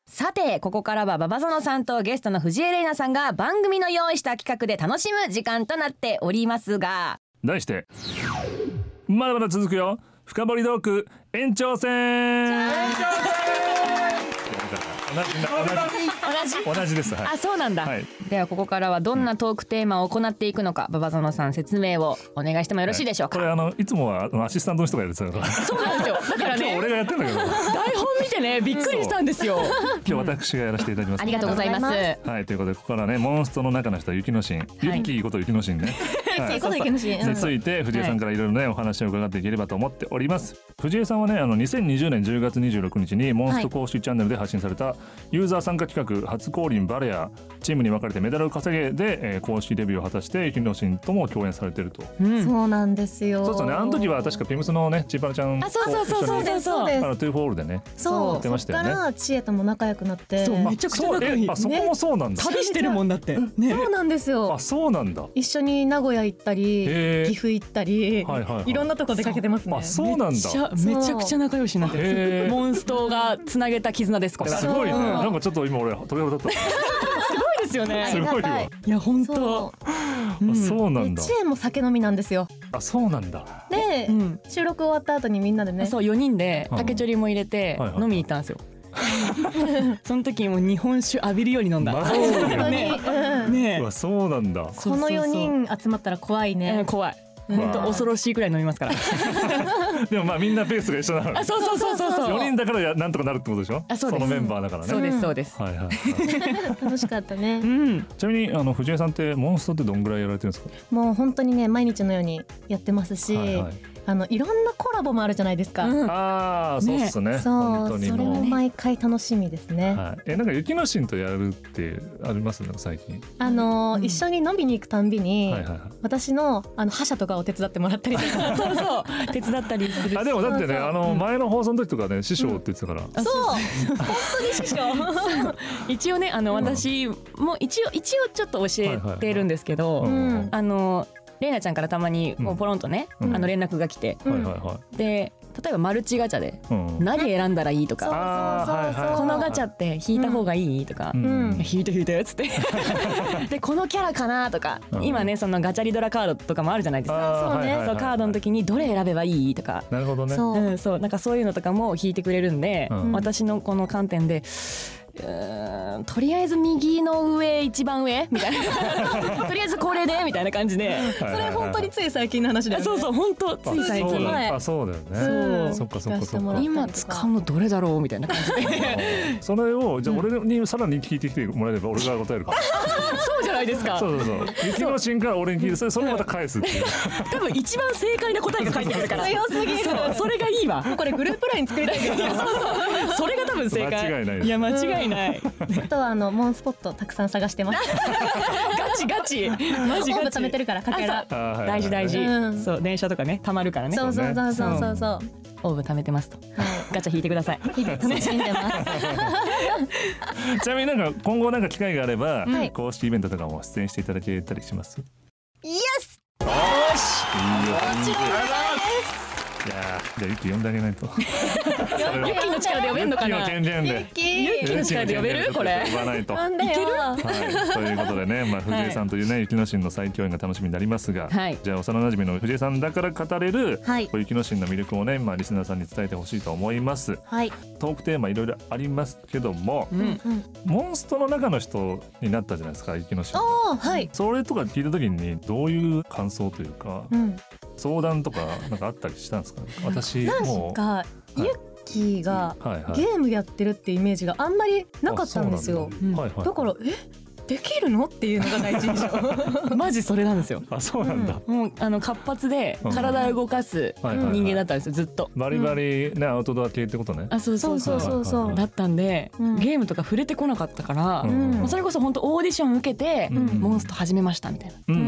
さてここからはババゾノさんとゲストの藤江玲奈さんが番組の用意した企画で楽しむ時間となっておりますが
題してまだまだ続くよ深掘りトーク延長戦延長戦同じ同じ同じですは
あ
い
そうなんだ、
はい
ではここからはどんなトークテーマを行っていくのかババゾノさん説明をお願いしてもよろしいでしょうか、
これあのいつもはあのアシスタントの人がやるやつだから
そうなんですよだから
今日
ね
俺がやってんだけど今
台本見てねびっくりしたんですよ
日私がやらせていただきます
ありがとうございます
ありが
はいということでここからねモンストの中の人は雪の神ユッキーこと雪の神ねはい
そういうことできるし
について藤江さんからいろいろねお話を伺っていければと思っております藤江さんはねあの2020年10月26日にモンスト公式チャンネルで発信されたユーザー参加企画初降臨バレアチームに分かれてメダルを稼げで、えー公式デビューを果たして雪の神とも共演されてると
う
うん
ん
そうなんですよ
そうですよねあの時は確かピムスのねチーパラちゃん
あそうそうそうそう
と
そう
そう
そう
で
一緒に
す
あのトゥーフォールでね
そ
や
う
ってましたよ
そ
ね
っから知恵とも仲良くなって
そうめっちゃくちゃ仲いい
あそうえあそこもそうなんだ、
旅してるもんだってね
そうなんですよ
あそうなんだ
一緒に名古屋行ったり
へー
岐阜行ったり、
はいはいはい
ろんなとこ出かけてますね
あそうなんだ
そう
めちゃくちゃ仲良しなん
へ
で
ー
すモンストがつなげた絆ですこれ
す
す
ごいね
そう
なんかちょっと今俺鳥肌立っ
ごいですよ
あ
す
り
ご
ね
い
がた
よ
いや本
そ
当
た、
うん
あそうな
うで
んだ
知恵も酒飲みなんですよ
あそうなんだ
で、
うん
収録終わった後にみんなでね
そう4人で
うん
竹ちょりも入れて
はいはい
飲みに行ったんですよ その時もう日本酒浴びるように飲んだ
魔法瓶
本当に、
ね
うん
ね
うわそうなんだ
そう
こ
そう
の
そう
4人集まったら怖い
え
ね
ー、怖い
ん
本当恐ろしいくらい飲みますから
でもまあみんなペースが一緒なのね
あ そうそうそうそうそう
4人だからやなんとかなるってことでしょ
あそうです
のメンバーだからね
そうですそうです
はいはいはい、
楽しかった
う
ね
ん
ちなみにあの藤江さんってモンストってどんぐらいやられてるんですか、
もう本当にね毎日のようにやってますし、
はいはい、
あのいろんなコラボもあるじゃないですか、
うん
ああそうっすね
そ
本当
う
に
それも
も
毎回楽しみですね、
う、はい、えなんか雪の神とやるってありますなんか最近、
あのー
うん
一緒に飲みに行くたんびに、
はいはいはい
私のあの覇者とかを手伝ってもらったりとか
そうそう手伝ったりするし
あでもだって
そう
ね
そう
あの前の放送の時とかね師匠って言ってたから、
そう本当に師匠
一応ねあの私も一応一応ちょっと教えてるんですけど、
うん
うん
はい
あのレイナちゃんからたまにこうポロンとね、
うん
あの連絡が来て、
うん
はいは
で例えばマルチガチャで
いうん
何選んだらいいと
そう
か、
あー
そうそうそ
は
う
いはい
このガチャ
ャ
って引いた方がいいとか、
うん
うん
うん
引いて引いてっつってでこのキャラかなとか、
うん
今ねそのガチャリドラカードとかもあるじゃないですか、
あー
そう
はいは
ね
いはい
そうカードの時にどれ選べばいいとか、
なるほどね
そう
うん、そうなんかそういうのとかも引いてくれるんで、
うん
私のこの観点で。うーんとりあえず右の上一番上みたいなとりあえずこれでみたいな感じで
そ
それ本当につい最近の話だよね
そうそう本当つい最
あそう
近
だあそうだよね、
うん
そっかそっかそっか
聞せてもらたりと
今使うのどれだろうみたいな感じで
それをじゃあ俺にさらに聞いてきてもらえれば俺が答えるから、
そうじゃ
ないで すか
そうそうそう雪のシーンから俺に聞いてそれそれをまた返すって いう
多分一番正解な答えが書いてあるから
強すぎる
そうそれがいいわ
これグループライン作りたいけど
それが多分正解
間違いないです
や間違 いない
あとはあのモンスポットたくさん探してます
ガチガチマジ
全部
ガ
貯めて
チ
るからかけら
あーはいはいはい
大事大事
うん
そう電車とかねたまるからね
そうそうそうそうそうそう
オーブ貯めてますとガチャ引いてください
日々楽しんでます
ちなみになんか今後なんか機会があれば、
はい
公式イベントとかも出演していただけたりします。
イエス
いいよ。いやーじゃあユッキー呼んであげ ないと。
ユッキーの力で呼べんのか
ユッ
な
キー権限で。
ユッキーの力で呼べるこれ
呼ばないと。
なんだよ
はい、ということでね、まあ、藤井さんというね、雪の神の最強演が楽しみになりますが、
はい
じゃあ幼馴染の藤井さんだから語れる、
はい
こう雪の神の魅力をね、まあ、リスナーさんに伝えてほしいと思います
はい
トークテーマいろいろありますけども、
うん
モンストの中の人になったじゃないですか雪の神
おおはい
それとか聞いた時にどういう感想というか
うん
相談とかなんかあったりしたんですか私
なん
もう
かユッキーが
はいはい
ゲームやってるってイメージがあんまりなかったんですよ
あそうなんだはいはい
だからえできるのっていうのが第一印 象
マジそれなんですよ
あそうなんだ、
もうあの活発で体を動かす
はいはいはい
人間だったんですよずっと
バリバリね、アウトドア系ってことね
あそうそうそう
そうそう
だったんで、
うん
ゲームとか触れてこなかったから、
うん
うん
もうそれこそ本当オーディション受けて、
うん
モンスト始めましたみたいな
うんうん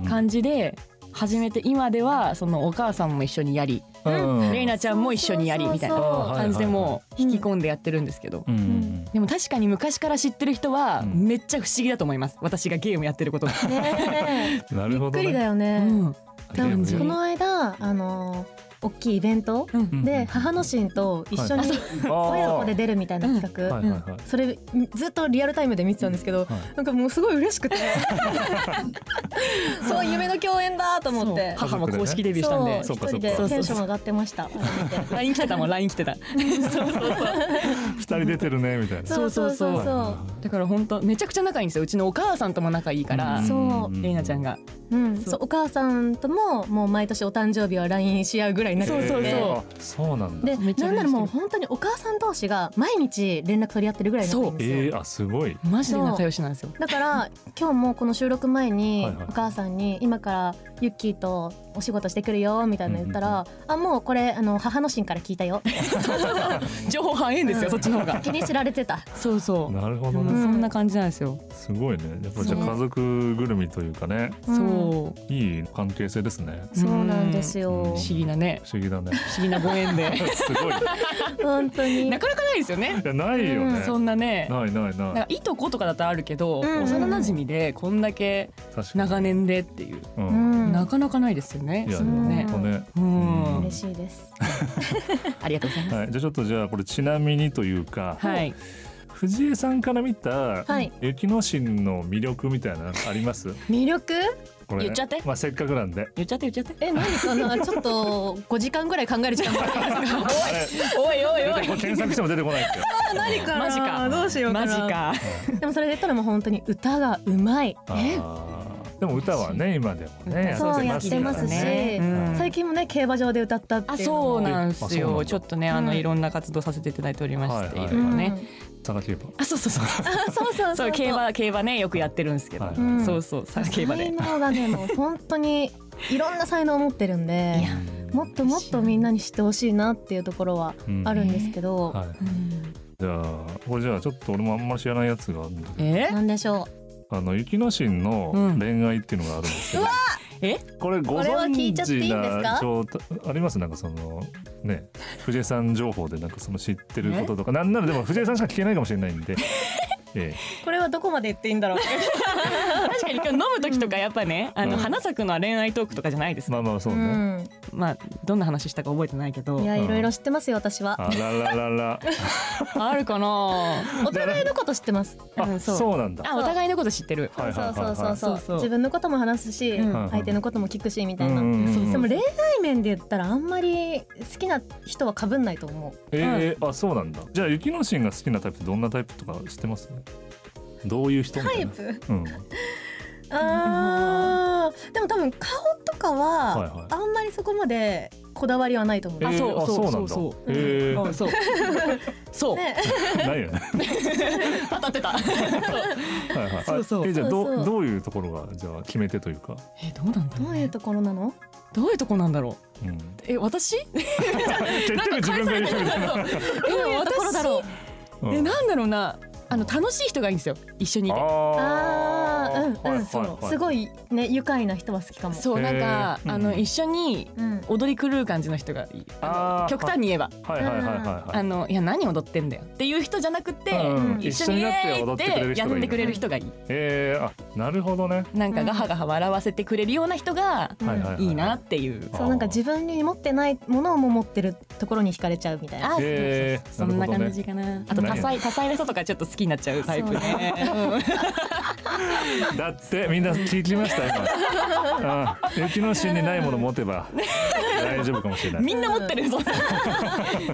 うん
感じで始めて今ではそのお母さんも一緒にやり、
うんうん
レイナちゃんも一緒にやりみたい
そう
な
そう
あーはいはいはい
感じでもう引き込んでやってるんですけど、
うんうん
でも確かに昔から知ってる人は
うん
めっちゃ不思議だと思います私がゲームやってることが。
ね
うんな
えび
るほ
っ
ど
くり
ね
だよね、
うん
ゲーム
なんか
こ
こ
の間あのー大きいイベント
うん
うん
で母の神と一緒に
あ
親子で
ー
出るみたいな企画、
はいはいはい
それずっとリアルタイムで見てたんですけど、
はい
なんかもうすごい嬉しく てそう夢の共演だと思って
そう母も公式デビューしたんで
そ
そうう
一
か
人
そうか
でテンション上がってました見て
LINE 来てたもん LINE 来てたそうそうそう
二人出てるねみたいな
そうそうそう
そう
そ
だから本当めちゃくちゃ仲いいんですようちのお母さんとも仲いいから、
んそう
レイナちゃんが
う,、うん、そうお母さんとももう毎年お誕生日は LINE し合うぐらい仲良くて
そうそうそう
うそうなんだ
で
めっち
な
ゃ嬉しい
んならもう本当にお母さん同士が毎日連絡取り合ってるぐらい仲いいんですよ、
えー、あすごい
マジで仲良しなんですよ
だから今日もこの収録前に
はいはい
お母さんに今からユッキーとお仕事してくるよみたいなの言ったら「あもうこれあの母の神から聞いたよ」
情報反映ですよ、
うん
そっちの方が
先に知られてた
そうそう、
なるほど
う
ね
んそんな感じなんですよ、
すごいねやっぱじゃあ家族ぐるみというかね
うん
そ
いい関係性ですね
そうなんです
う
よ
ん
う不思議なね
不思議だね
不思議なご縁で
すごい
本当に
なかなかないですよね
いやないよね、
そんなね
ないない
なん
ない
かいとことかだとあるけど、
うん
幼馴染でこんだけ
確かに
長年でっていう、
う
うんん
なかなかないですよね
いや
そんなね
ほんとね
うん
嬉しいです
ありがとうございます
はい、じゃあちょっとじゃあこれちなみにというか、
はい、
藤井さんから見た
はい
雪の神の魅力みたいなのあります？
魅力
これ
言っちゃって
まあせっかくなんで。
言っちゃって言っちゃって
え何かなちょっと5時間ぐらい考える時間もありますが
あれ
おいおい
出
お
てこ
い
検索しても出てこないですよ。
何かな
マジか
どうしようか
マ
な
ジか
でもそれで言ったらもう本当に歌がうまい
あーでも歌はね今でもね
そう
や
や
っ
ってて
ま
ますす
から
し、
ね。
うん
最近もね競馬場で歌ったって
あ
いうのも
そうなんです
えあそうなん
よ
だ
ちょっとねあ
う
の
ん
いろんな活動させていただいておりまして、
はい
い
はい
ろいろね、
うん
佐賀競馬。
あそうそうそう
あそうそうそう
そう競馬競馬ねよくやってるんですけど、
はいうは
ん
そうそうさ競馬で
才能がねもう本当にいろんな才能を持ってるんで
いや
もっともっとみんなに知ってほしいなっていうところはあるんですけど、
はい。
うん
じゃあこれじゃあちょっと俺もあんまり知らないやつがあるんだけど、
え
なんでしょ
あの雪の神の恋愛っていうのがあるんですけど。
うんうわ
え
これご
これは
存
聞いちゃっていい
知
んです
な
か
状態ありますなんかそのね藤井さん情報でなんかその知ってることとかなんならでも藤井さんしか聞けないかもしれないん で。ええ
うこれはどこまで言っていいんだろう
確かに今日飲む時とかやっぱね、あ
う
の
ん
花咲くのは恋愛トークとかじゃないです、
まあまあそう
う
ね。
ん、
まあどんな話したか覚えてないけど
いや
うん
いろいろ知ってますよ私は
あらららら。
あるかな
お互いのこと知ってます
う
あ
んそう
そうなんだ。
あお互いのこと知ってる
そ
は
う
いはい
そ
はいは
う
い
そうそうそう
そうそう
自分のことも話すし、
うん
はいはい
相手のことも聞くしみたいな、
うんうんうん
でも恋愛面で言ったらあんまり好きな人は被んないと思う
えー、あそうなんだ。じゃあ雪の神が好きなタイプってどんなタイプとか知ってます？どういう人みたいな。
プ
うん。
あーでも多分顔とか
はいはい
はあんまりそこまでこだわりはないと思う
え。ーあそうなんだ
そう
へえ
うんそうそう
ね
ないよね
当たってた
はいはいあ
そうそう
えじゃあど
そうそうう
どういうところがじゃあ決め手というか、
えどうなんだろ
ど
う
う
ね、
いうところなの？
どういうとこなんだろう
うん、
え私
結局自分が言うみたいな、
どう
え
いうところだろう？
う
えなんだろうなあの楽しい人がいいんですよ一緒にいて
あ
ああ、うん
ー
うん、そう、すごいね愉快な人は好きかも。
そうなんか、
へー
あ
う
の
ん
一緒に
うん。
踊り狂う感じの人がいいあの
あー
極端に言えば、
はいはいはいはい
あ
はい
のいや何踊ってんだよっていう人じゃなくて、
うん
一緒に
なって
イエーイ
踊
っ
ってくれる
てや
人
っ
がい
て
い
くれる人がいい
えー、あなるほどね、
なんか
うん
ガハガハ笑わせてくれるような人が
うん
はいはいはい
いいなっていう、
そうなんか自分に持ってないものをも持ってるところに惹かれちゃうみたいな。
あ
えー、
そんな感じ
る
かなあと
ね
多彩多彩な人とかちょっと好きになっちゃうタイプ
そう
ね
ほどねだってみんな聞きました今、うん、雪の芯にないもの持てば大丈夫かもしれな
うん
い
みんな持って るそんな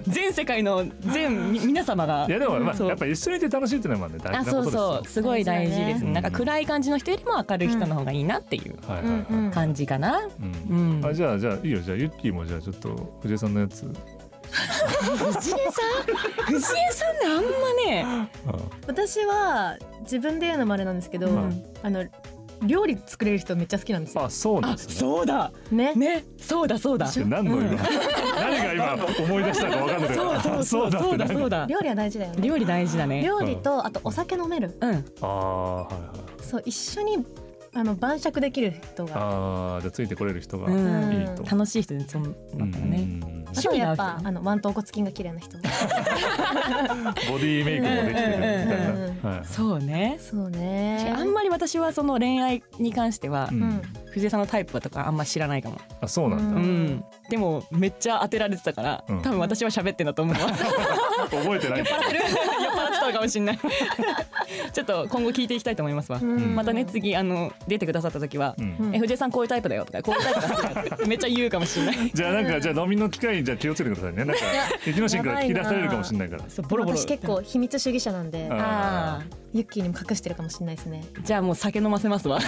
全世界の全み皆様が
いやでも、まあ、
そう
やっぱ一緒にいて楽しいっていうのはまあね大
あ
事なこ
そ
とで
う
すよ
そうすごい大事です、
大事だね
なんか暗い感じの人よりも明るい人の方がいいなっていう
はいはい
うん
はい、
うん。
感じかな、
う
うんん
あじゃあじゃあいいよじゃあユッキーもじゃあちょっと藤井さんのやつ、
藤井さん藤井さんねあんまね
あ
私は自分で言うのもあれなんですけど、
はい
あの料理作れる人めっちゃ好きなんですよ。
あそうなん
あ
ですね
そうだ
ね。
ねそうだそうだ
いや何の今、
う
何
ん
が今思い出したか分かんないけど
そうそう
だ
だ
っ
そ
て
うだ
ね
そうだ
料理は大事だよね。
料理大事だね
料理とあとお酒飲める。
うん
ああーはいはい
そう一緒にあの晩酌できる人が。
ああじゃあついてこれる人が、
う
うん
ん
いいと
楽しい人でそん
う
なんんだね
あ
趣
と
味な
や
わ
っ
けだ
ぱあのワントお骨筋が綺麗な人。
ボディメイクもできてるみたいな、
うんうんうん
はい
そうね
そうね。
あんまり私はその恋愛に関しては
うん
うん
藤井さんのタイプとかあんま知らないかも
あそうなんだ、
う
うんんでもめっちゃ当てられてたから
うん
多分私は喋ってんだと思うわ酔っ
覚えてない
払ってる酔っ払ってたのかもしれないちょっと今後聞いていきたいと思いますわ
うん
またね次あの出てくださった時は
う
うんん
え藤井さんこういうタイプだよとかこういうタイプだよとかってめっちゃ言うかもし れない
じゃあなんかじゃあ飲みの機会にじゃあ気をつけてくださいねなんか雪のシーンから聞き出されるかもしれないから
そうボロボロ
私結構秘密主義者なんで
あ、
あ
ユッキーにも隠してるかもしれないですね。
あじゃあもう酒飲ませますわ
じ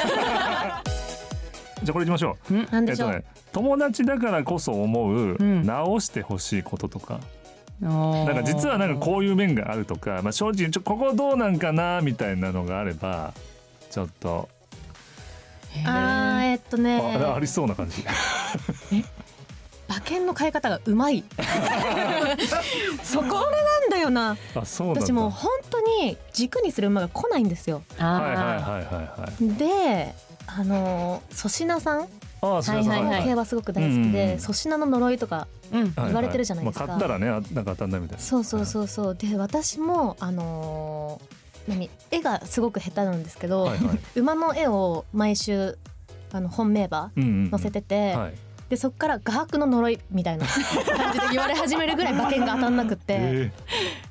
ゃあこれいきましょう
なんでしょう。
えっとね、友達だからこそ思う
うん
直してほしいこととか、
な
なんか実はなんかこういう面があるとか、まあ、正直ちょここどうなんかなみたいなのがあればちょっと、
あーえっとね
ああありそうな感じ
馬券の買い方がうまいそこなんだよな
あそうなんだ
私もう本当に軸にする馬が来ないんですよ
あ
はいはいはい
い
はいはい
であのー粗品さんは
あーそうそう
はいはいはい
競馬すごく大好き
うんうんう
で
ん
粗品の呪いとか
うん
は
言われてるじゃないですか
まあ、買ったらねあなんか当たんないみたいな
そうそうそうそうで私もあのー何絵がすごく下手なんですけど、
はいはい
馬の絵を毎週あの本命馬
うん うんうん
載せてて、
はい
でそっから画伯の呪いみたいな 感じで言われ始めるぐらい馬券が当たんなくって、
え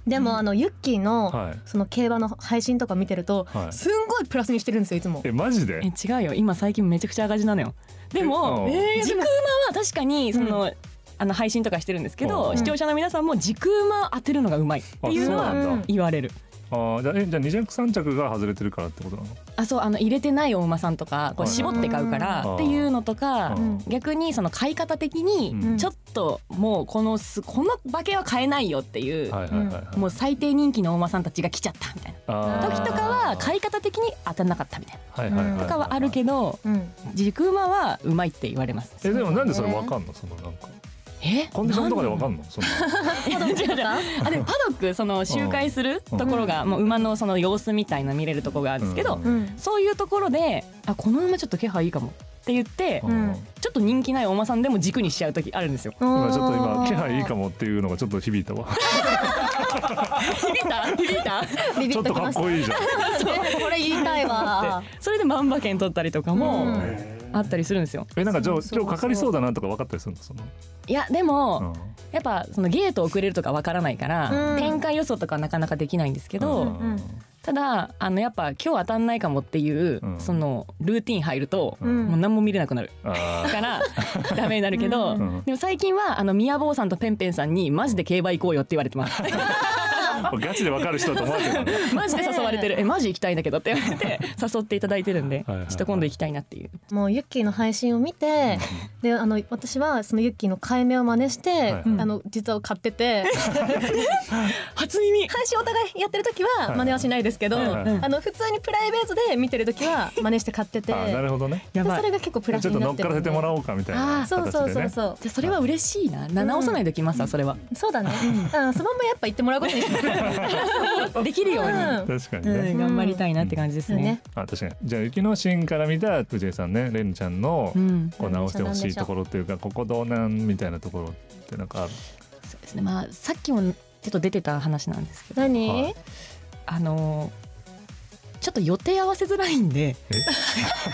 でもあのユッキー
ー
の
はい
その競馬の配信とか見てると
はい
すんごいプラスにしてるんですよいつも。
えマジで
え違うよ今最近めちゃくちゃ赤字なのよでも
え
えー時空馬は確かにその、あの配信とかしてるんですけど、
うん
視聴者の皆さんも時空馬当てるのがうまいっていうの
あそう
は
なんだ、
うん
言われる
あーじゃあえじゃあ二着三着が外れてるからってことなの
あそうあの入れてないお馬さんとかこう
はい
絞って買うから
うん
っていうのとか
う
うん
逆にその買い方的
う
に
ん
ちょっともうこのすこの馬券は買えないよっていう
はいはいはいはい
もう最低人気のお馬さんたちが来ちゃったみたい
あ
な
ー
時とかは買い方的に当たんなかったみたい
はいはいはい
なとかはあるけど
うん、
軸馬はうまいって言われます。
えでもなんでそれわかんのそのなんか
え
コンディションとかでわか
ん
んのその
ない違う違うあでもパドックその周回するところがもう馬のその様子みたいな見れるところがあるんですけど
うん
うん、
そういうところであこの馬ちょっと気配いいかもって言って
うん
ちょっと人気ないお馬さんでも軸にしちゃう時あるんですよ。
今ちょっと今気配いいか
も
もっていうのがちょっと響いたわ
響いた響いた
ビビ
ちょっ
ッと
と
き
か
ま
っ
した
こいいじゃん
これ言いたい わ
それで万馬券取ったりとか
う
も
ん
あったりするんですよ。
えなんかじゃあ
そうそうそう
今日かかりそうだなとか分かったりするのその
いやで
う
も
ん
やっぱそのゲート遅れるとかわからないから
うん
展開予想とかなかなかできないんですけ
う
ど
ん
うん
ただあのやっぱ今日当たんないかもっていう
うん
そのルーティン入ると
う
うんん
もう何も見れなくなる
あ
から ダメになるけ
う
ど
ん
でも最近はあの宮坊さんとペンペンさんにマジで競馬行こうよって言われてます。
ガチでわかる人だと思われてるからね
マジ で誘われてる、えマジ行きたいんだけどって言われ て誘っていただいてるんで、
はいはい
ちょっと今度行きたいなっていう
もうユッキーの配信を見てであの私はそのユッキーの解明を真似して、
いはい
あの実は買っ てて
初耳
配信お互いやってる時は真似はしないですけど、
はいはいはい
あの普通にプライベートで見てる時は真似して買ってて
あなるほどね
や
で
ば
そ
い
れが結構プラス
ちょっと
にな
乗
っ
ってか
る
らせてもら
う
おうかみたいな
そうそう
形で
そう
ね
そう
じゃあそれは嬉しいなな直さないときますわそれは、
そうだね、うん、そのままやっぱ言ってもらうことにし ます
できるように、
確かに
うん
ね、
頑張りたいなって感じです
よね
ね、
あ確かにじゃあ雪のシーンから見た藤井さんねレンちゃんの
うん
こう直してほしいところっていうかここどうなんみたいなところってなんかある
そうですねまあさっきもちょっと出てた話なんですけど
何、
はい
あのちょっと予定合わせづらいん で
え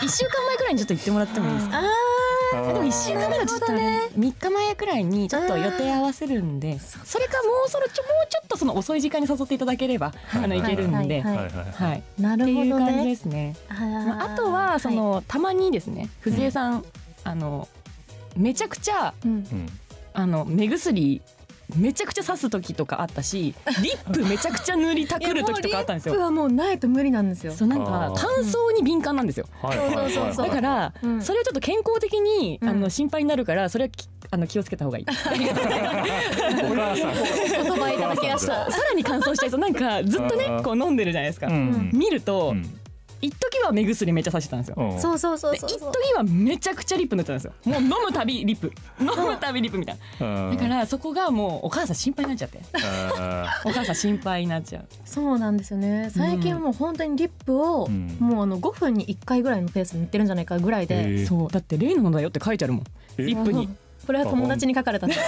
一週間前くらいにちょっと行ってもらってもいい ですか
あ
でも
あー
1週間前はちょっと3日前くらいにちょっと予定合わせるんでそれかもうそろちょもうちょっとその遅い時間に誘っていただければ
い
あの
はいい
けるんで
は
はいい
は
はいいはい
はい
な
っ
る
て
ほ
いう
ど
感じ
ね
ですねま
あ
ああとはそのたまにですね藤江さんあのめちゃくちゃ
うん
うん
あの目薬めちゃくちゃ刺す時とかあった しリップめちゃくちゃ塗りたくる時とかあったんです
僕
よ。
はもうないと無理なんですよ
そうなんか
あー
乾燥に敏感なんですよ。
はいはいはい
そうそうそう
だから、
うん
それはちょっと健康的に、
うん
あの心配になるからそれはきあの気をつけた方 がいいさ
お母さん
言葉いただきました
らに乾燥しちゃいそうなんかずっと
あ
ね
ー
こう飲んでるじゃないですか、
うん
見ると、
うん
一時は目薬めっちゃさしてたんですよ、
うん
そうそうそう
で
そ
一
うそう
時はめちゃくちゃリップ塗ってたんですよもう飲むたび リップ飲むたびリップみたいなだからそこがもうお母さん心配になっちゃって
あ
お母さん心配になっちゃう
そうなんですよね最近はもう本当にリップを、
うん
もうあの5分に1回ぐらいのペースで塗ってるんじゃないかぐらい
ー
で、
えー
そうだって例のものだよって書いてあるもん
え
リップに
これは友達に書かれたんです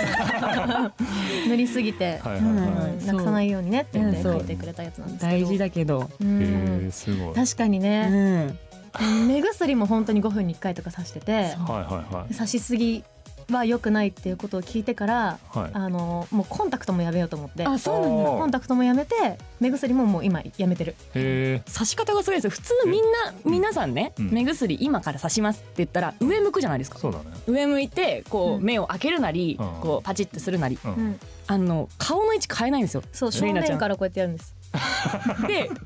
塗りすぎて、
はいはいは
うんなくさないようにねって言って
そう
書いてくれたやつなんですけど
大事だけど、
う
いへ
ん
ーすごいはい
確かに
う
ね、
ん、
目薬も本当に5分に1回とか刺してて
はいはい
刺しすぎは良くないっていうことを聞いてから
はい
あのもうコンタクトもやめようと思って
あそうなんだ
コンタクトもやめて目薬ももう今やめてる
え
刺し方がすごいですよ普通みんな皆さんね、
うん
目薬今から刺しますって言ったら上向くじゃないですか
そうだね
上向いてこう、
うん
目を開けるなり、
うん
こうパチッてするなり
う
うんん
あの顔の位置変えないんですよ
そう正
レイナちゃん
面からこうやってやるんです
で上向い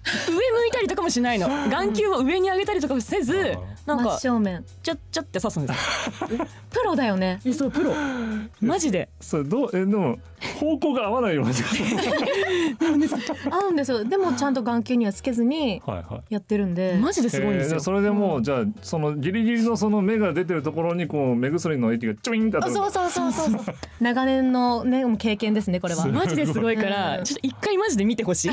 たりとかもしないの眼球を上に上げたりとかもせずなん
真
か
正面
ちゃっちゃって刺すんですよ
プロだよね
えそうプロマジで
それどうえでも方向が合わないような
合うんですよでもちゃんと眼球にはつけずに
はいはい
やってるんで
マジですごいんです
えーじゃ
よ
あ、それでもうじゃあそのギリギリのその目が出てるところにこう目薬の液がちょいんって当
あ
たる
そうそうそうそうそう長年のねもう経験ですねこれは
マジですごいか
う
ら
ん
ちょっと一回マジで見てほ しい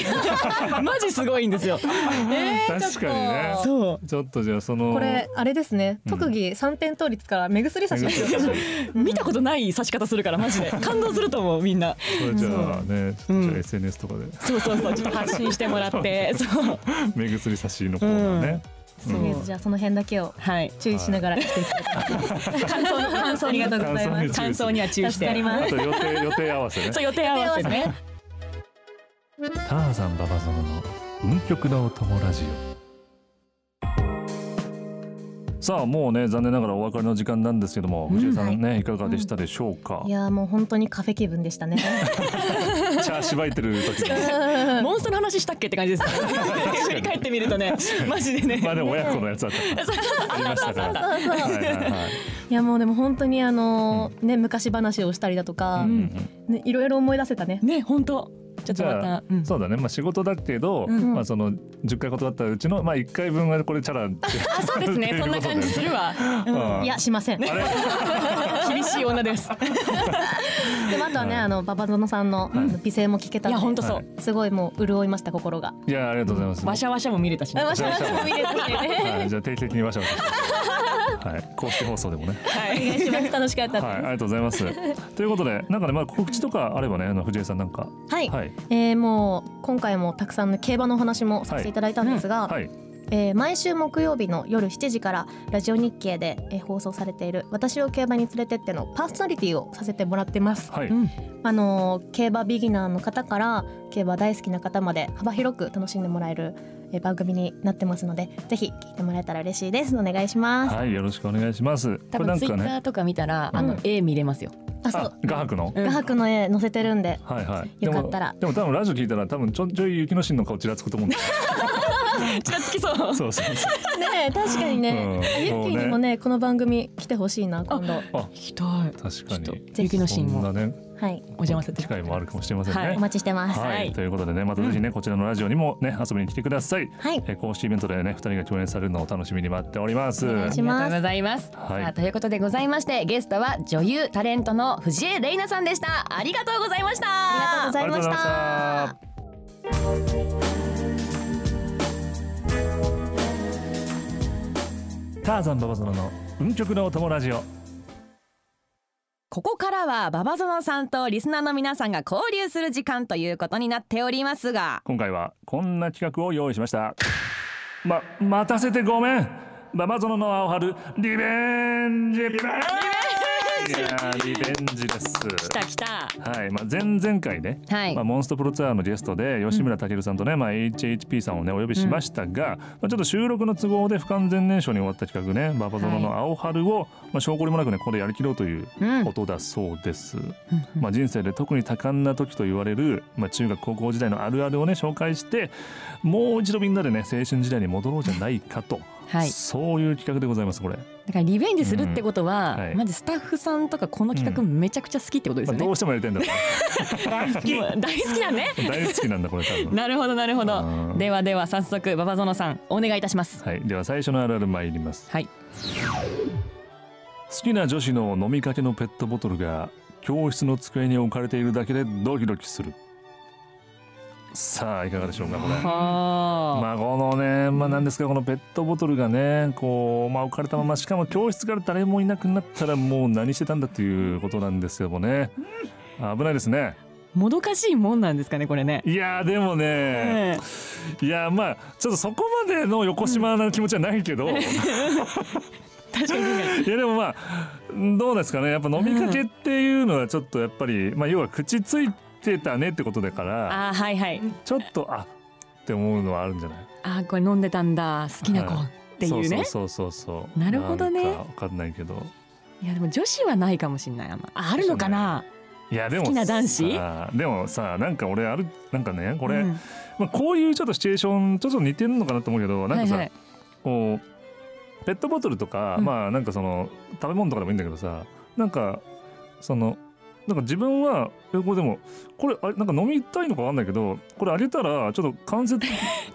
マジすごいんですよ
えー
確かにね
ちょっと
そう
ちょっとじゃあその
これあれですね
うん
特技三点倒立から目薬差しま
目
す
薬
ようん
見たことない刺し方するからマジで感動すると思うみんな
これじゃあねちょっとじゃ
うん
あ SNS とかで
そうそうそうちょっと発信してもらってそう
目薬差しのコーナーね、
とりあえずじゃあその辺だけを
はい
注意しながら生きていきたいと思います
感想感想
ありがとうございます
感想には注意し
助
て
かります
あと予定予定合わせね
そう予定合わせね
ターザンババゾノの運極のお友ラジオさあもうね残念ながらお別れの時間なんですけども、藤井さんね、い、かがでしたでしょうか
い、やーもう本当にカフェ気分でしたね
チャーしばいてる時
う
に
ん
モンストの話したっけって感 じです振り返ってみるとねマジでね
まあでも親子のやつだったありましたから
そうそう
はい
そう
はいはい
いやもうでも本当にあのーね昔話をしたりだとか
ん
ねいろいろ思い出せたね
ね本当ちょっ
じ
とま
ゃあ
た、うん
そうだね、まあ、仕事だけど、
うん
まあ、その10回断ったうちの、まあ、1回分はこれチャラって
あそうです ねそんな感じするわ、
あ
いやしません
あれ
うん厳しい女です
でもあとはね、
はい
あのババゾノさん
はい
の美声も聞けた
い
ん
や
で、
本当そう、
はい
すごいもう潤いました心が。
いやありがとうございます
わしゃわしゃも見れたし、ね、
わしゃわし
しゃ
ゃも見れてね。
はい、じゃあ定期的にわしゃわしゃしてはい公式放送でもね
は
お
い
願いします。楽しかっ
は
た
いありが
です。
とうございますということでなんかねまあ告知とかあればねあの藤井さんなんか
はい、
はい
えーもう今回もたくさんの競馬のお話もさせていただいたんですが、
はい
えー毎週木曜日の夜7時からラジオ日経で、えー放送されている「私を競馬に連れてって」のパーソナリティをさせてもらってます。
はい、
うん
あのー競馬ビギナーの方から競馬大好きな方まで幅広く楽しんでもらえる、えー番組になってますのでぜひ聞いてもらえたら嬉しいですお願いします。
はい、よろしくお願いします
多
これな
分
ん
ツイ
か
ッタ
ね
ーとか見たら、
うん
あの絵見れますよ。
あそう
あ画伯の、
うん
画伯の絵載せてる んで
はいはい
よかったら
でもでも多分ラジオ聞いたら多分ちょちょい雪の神の顔ちらつくと思うんだよ
ちらつきそう。
そうそうそ
ねえ確かに
う、
ね、
うん
ゆっきーにもねこの番組来てほしいな今度
ひどい。
そうね確か
ちょっ
に
と雪のシーン
そんな
も
ね
はい
お邪魔させて
機会もあるかもしれませんね、
はい
お待ちしてます
はい、
はい
ということでねまたぜひね、こちらのラジオにもね遊びに来てください、
はい
えー、公式イベントでね二人が共演されるのを楽しみに待っております
お願いし
ありがと
ま
うご
す
ざいます。
はい
さあということでございましてゲストは女優タレントの藤江玲奈さんでした。ありがとうございました。
ありがとうございました
ありがとうございましたターザンババゾノの運極のお友ラジオ
ここからはババゾノさんとリスナーの皆さんが交流する時間ということになっておりますが
今回はこんな企画を用意しましたま待たせてごめんババゾノの青春リベンジリベンジいやーリベンジです
来た来た
はい、まあ、前々回ね、
はい
まあ、モンストプロツアーのゲストで吉村健さんとね、まあ、HHP さんをねお呼びしましたが、まあ、ちょっと収録の都合で不完全燃焼に終わった企画ね「ババゾノの青春を」まあ、証拠りもなくねここでやりきろうという
うん
ことだそうです。まあ、人生で特に多感な時と言われる、まあ、中学高校時代のあるあるをね紹介してもう一度みんなでね青春時代に戻ろうじゃないかと、
はい
そういう企画でございますこれ。
だからリベンジするってことは、
うんはい
まずスタッフさんとかこの企画
う
めちゃくちゃ好きってことです
まあ、
よね、
どうしてもやりたいんだ ろうな
もう大好きだ ね
大好きなんだこれ多分。
なるほどなるほ
う
ど
ん
ではでは早速ババゾノさんお願いいたします
はい、では最初のあるある参ります。
はい
好きな女子の飲みかけのペットボトルが教室の机に置かれているだけでドキドキするさあいかがでしょうかこれ
はあ、
まあこのねまあ何ですかこのペットボトルがねこうまあ置かれたまましかも教室から誰もいなくなったらもう何してたんだっていうことなんですけどもね危ないですね
もどかしいもんなんですかねこれね
いやーでもね
ええ
いやーまあちょっとそこまでの横島な気持ちはないけど、
確かに確 かに
いやでもまあどうですかねやっぱ飲みかけっていうのはちょっとやっぱり、まあ要は口ついてたねってことだから
あーはいはい
ちょっとあって思うのはあるんじゃない
あーこれ飲んでたんだ好きな子
は
っていうね、
そうそうそうそう
なるほどね
なんかわかんないけど
いやでも女子はないかもしれないあんまああるのかない
やでも
好きな男子
さでもさなんか俺あるなんかねこ
こ
れ、まあ、こういうちょっとシチュエーションちょっと似てるのかなと思うけどなんかさ、
はいはい
こうペットボトルとか、
うん
まあなんかその食べ物とかでもいいんだけどさなんかそのなんか自分はえこれでもこれあれなんか飲みたいのかわかんないけどこれあげたらちょっと間接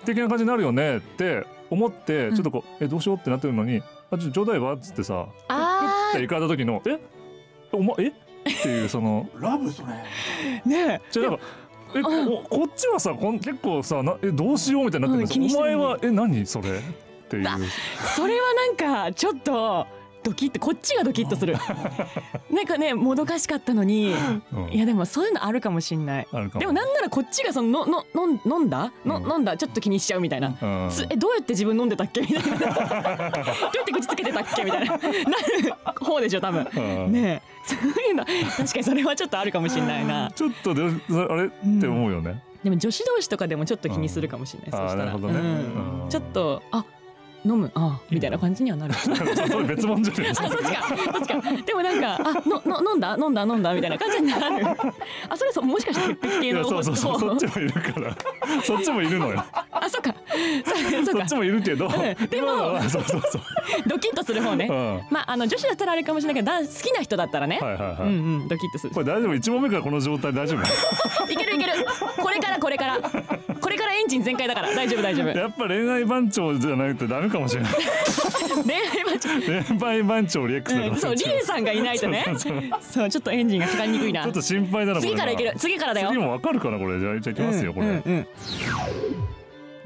的な感じになるよねって思って
うん
ちょっとこう、えどうしようってなってるのに「あちょっとちょうだいわ」っつってさ
あ
って行かれた時の「えお前えっていうその
ラブそれ。
あね
じゃなんか。えここっちはさこん結構さなえどうしようみたいになってるけど、
うん気にして
お
る
前はえ何それっていう
わそれはなんかちょっとドキッとこっちがドキッと するなんかねもどかしかったのに
うん
いやでもそういうのあるかもしれない
あるかも
でもなんならこっちがそのののの飲んだの、
うん
飲んだちょっと気にしちゃうみたいな、
うん
つえどうやって自分飲んでたっけ みたいなどうやって口つけてたっけみたいななる方でしょ多分
うん
ねえそういうの確かにそれはちょっとあるかもしれないな
ちょっとでそれあれって思うよね。
でも女子同士とかでもちょっと気にするかもしれない、
あ
そ
あ
した
なる
ら、
ほどね。
うん
うん
ちょっとあ飲むあみたいな感じにはなる
それ別物じゃないですか
あそっ。ちかそっちかでもなんかあのの飲んだ飲んだ飲んだみたいな感じになるあそれそうもしかして潔癖
い
系
や
の
そうそうそうそ
方
っちもいるからそっちもいるのよ。
あそっかそうそう
そ
か
っちもいるけど
んでも
今のはそうそうそう。
ドキッとする方ね
うんは
まああの女子だったらあれかもしれないけど男好きな人だったらね、
いはいは
う
い。
んうんドキッとする
これ大丈夫一問目からこの状態大丈夫。
いけるいけるこれからこれからこれからエンジン全開だから大丈夫大丈夫
やっぱ恋愛番長じゃないとダメかもしれない。
恋愛はちょっ
恋愛番長リエックスだか
とう
ら。
んそうリエさんがいないとね
そうそうそう
そうちょっとエンジンがかかりにくいな
ちょっと心配だなこれ
次
な。
からいける次からだよ
次もわかるかなこれじゃあじゃあいきますよこれ。
うんうん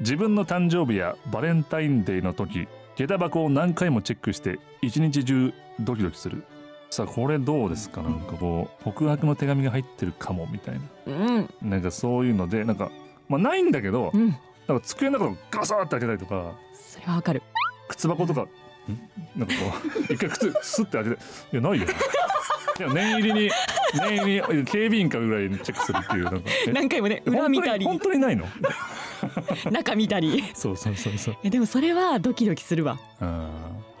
自分の誕生日やバレンタインデーの時下駄箱を何回もチェックして一日中ドキドキするさあこれどうですかなんかこう告白の手紙が入ってるかもみたいな
うん
なんかそういうのでなんかまあないんだけど
うん
なんか机の中をガサーって開けたりとか
それはわかる
靴箱とかんなんかこう一回靴スッて開けていやないよいや念入りに念入りに警備員かぐらいにチェックするっていうなんかえ
何回もね裏見たり
本当に本当にないの
中見たり
そうそうそうそう
えでもそれはドキドキするわ
うん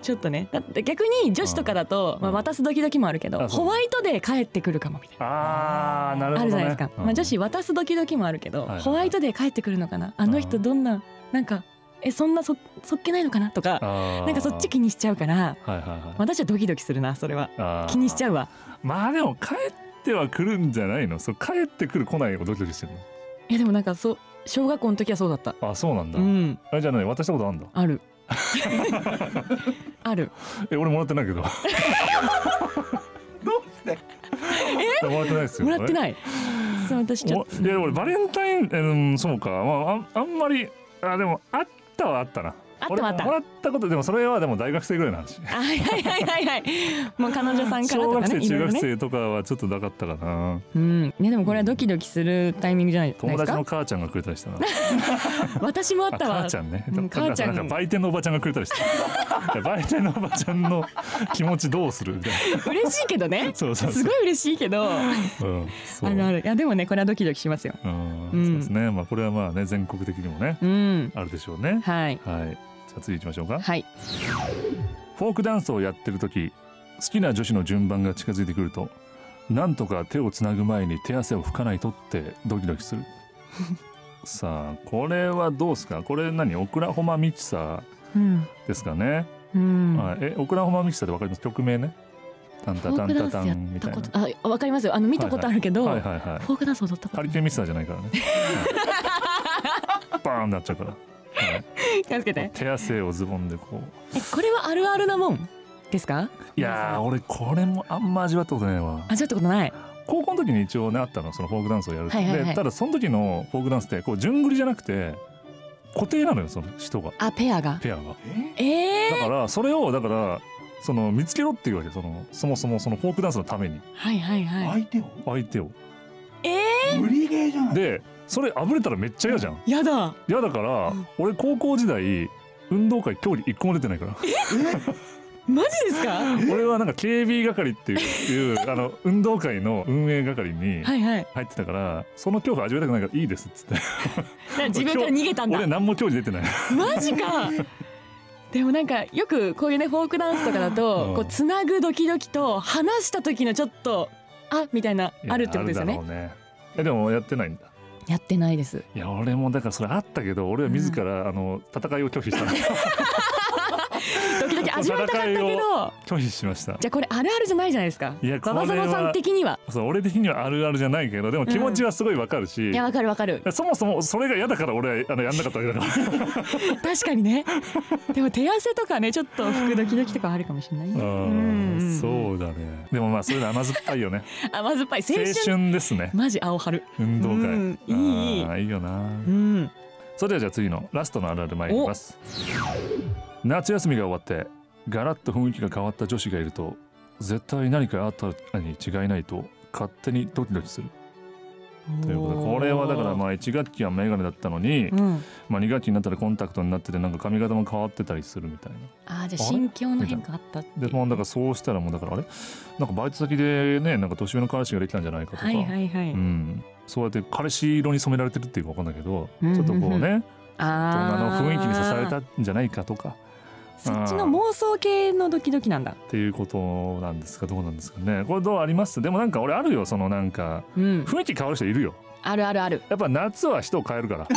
ちょっとねだって逆に女子とかだと、
ん
まあ、渡すドキドキもあるけど
あそう
ホワイトデー帰ってくるかもみたいな。
ああなる
あ
ほ
る
ど
じゃ
ね
ないですか、
うん
まあ、女子渡すドキドキもあるけど、
はいはいはい
ホワイトデー帰ってくるのかなあの人どんななんかえそんなそそっけないのかなとか
あー
なんかそっち気にしちゃうから
はいはいはい
私はドキドキするなそれは
あー
気にしちゃうわ
まあでも帰っては来るんじゃないのそう帰ってくる来ないをドキドキしてる
いやでもなんかそう小学校の時はそうだった
のあそうなんだ、
うん
あれじゃない渡したことあるんだ
ある ある
え俺もらって ないけど
どうして
もらってないですよ
もらって
い
ないそう私ちょっと
いや俺バレンタインうんそうかまあああんまりあでもあったはあったな
あったはあった
俺もらったことでもそれはでも大学生ぐらいの話
あはいはいはいはいはいもう彼女さんから
小
と
学
か
生
ねい
中
ろいろ
学
ね
生とかはちょっとなかったかな
うんいやでもこれはドキドキするタイミングじゃないです
友達
か
の母ちゃんがくれたりしたな
私 もあ
あ
ったわ
母ちゃんね、
うん母ちゃん
なんか売店のおばちゃんがくれたりした いや売店のおばちゃんの気持ちどうするみたい
嬉しいけどね
なそうそう
す
そう
ごい嬉しいけどあ
うん、そう
るあるいやでもねこれはドキドキしますよ
うん
うん
そうですねまあこれはまあね全国的にもね
うん
あるでしょうね
はい
はいじゃあ次行きましょうか
はい
フォークダンスをやってる時好きな女子の順番が近づいてくるとなんとか手をつなぐ前に手汗を拭かないとってドキドキす るさあこれはどうですかこれ何オクラホマミキサ
うん
ーですかね、
うん
はい、えオクラホマミキサーってわかります曲名ねタンタタンタタンみたいな
あわかりますよあの見たことあるけど
はい
フ
はいはい
ォークダンス踊った
ハ
こと
リケーンミキサーじゃないからね、 はいバーンなっちゃうから、はい
気をつけて
手汗をズボンでこう
えこれはあるあるなもんですか
いやー俺これもあんま味わったことないわ
味わったことない
高校の時に一応ねあったのそのフォークダンスをやるって、
はいはいはい
でただその時のフォークダンスってこう順繰りじゃなくて固定なのよその人が
あペアが
ペアが
ええ
だからそれをだからその見つけろっていうわけそのそもそもそのフォークダンスのために
はいはいは
相
い
手を
相手を
え
無理ゲーじゃない
でそれあぶれたらめっちゃ嫌じゃん
ー、やだ
嫌だから俺高校時代運動会競技一個も出てないから
マジですかは
俺はなんか警備係っていういうあの運動会の運営係に
いはい
入ってたからその恐怖味わいたくないからいいですっつって
だから自分から逃げたんだ
俺何も競技出てない
マジかでもなんかよくこういうねフォークダンスとかだと、
うん
こうつなぐドキドキと話した時のちょっとあみたいない
や
あるってことですよ
あ
ね
るだろうえでもやってないんだ
やってないです
いや俺もだからそれあったけど俺は自ら、あの戦いを拒否した
ドキドキ味わいたかったけど
戦い
じゃ
拒否しました
あこれあるあるじゃないじゃないですか
いやこれは
馬場園さん的には
そう俺的にはあるあるじゃないけどでも気持ちはすごいわかるし、
いやわかるわかる
そもそもそれが嫌だから俺はあのやんなかったわけだから
確かにねでも手汗とかねちょっと服ドキドキとかあるかもしれない、
う
ね、
ん
うん
そうだねでもまあそれで甘酸っぱいよね
甘酸っぱい青
青
春
春ですね
マジ青春
運動会
うんいい
あーいいよな
うん
それではじゃあ次のラストのあるある参ります夏休みが終わってガラッと雰囲気が変わった女子がいると絶対何かあったに違いないと勝手にドキドキするということでこれはだからまあ1学期はメガネだったのに、
うん、
まあ、2学期になったらコンタクトになっててなんか髪型も変わってたりするみたいな
あーじゃあ
あれ
心境の変化あったっていう
でまあだからそうしたらもうだからあれなんかバイト先でねなんか年上の彼氏ができたんじゃないかとか、
はいはいはい、
うん、そうやって彼氏色に染められてるっていうか分かんないけど、
うんうんうん
ちょっとこうね大人
あ
の
ー
雰囲気に刺されたんじゃないかとか
そっちの妄想系のドキドキなんだ。
っていうことなんですかどうなんですかねこれどうありますでもなんか俺あるよそのなんか
うん。
雰囲気変わる人いるよ
あるあるある。
やっぱ夏は人を変える から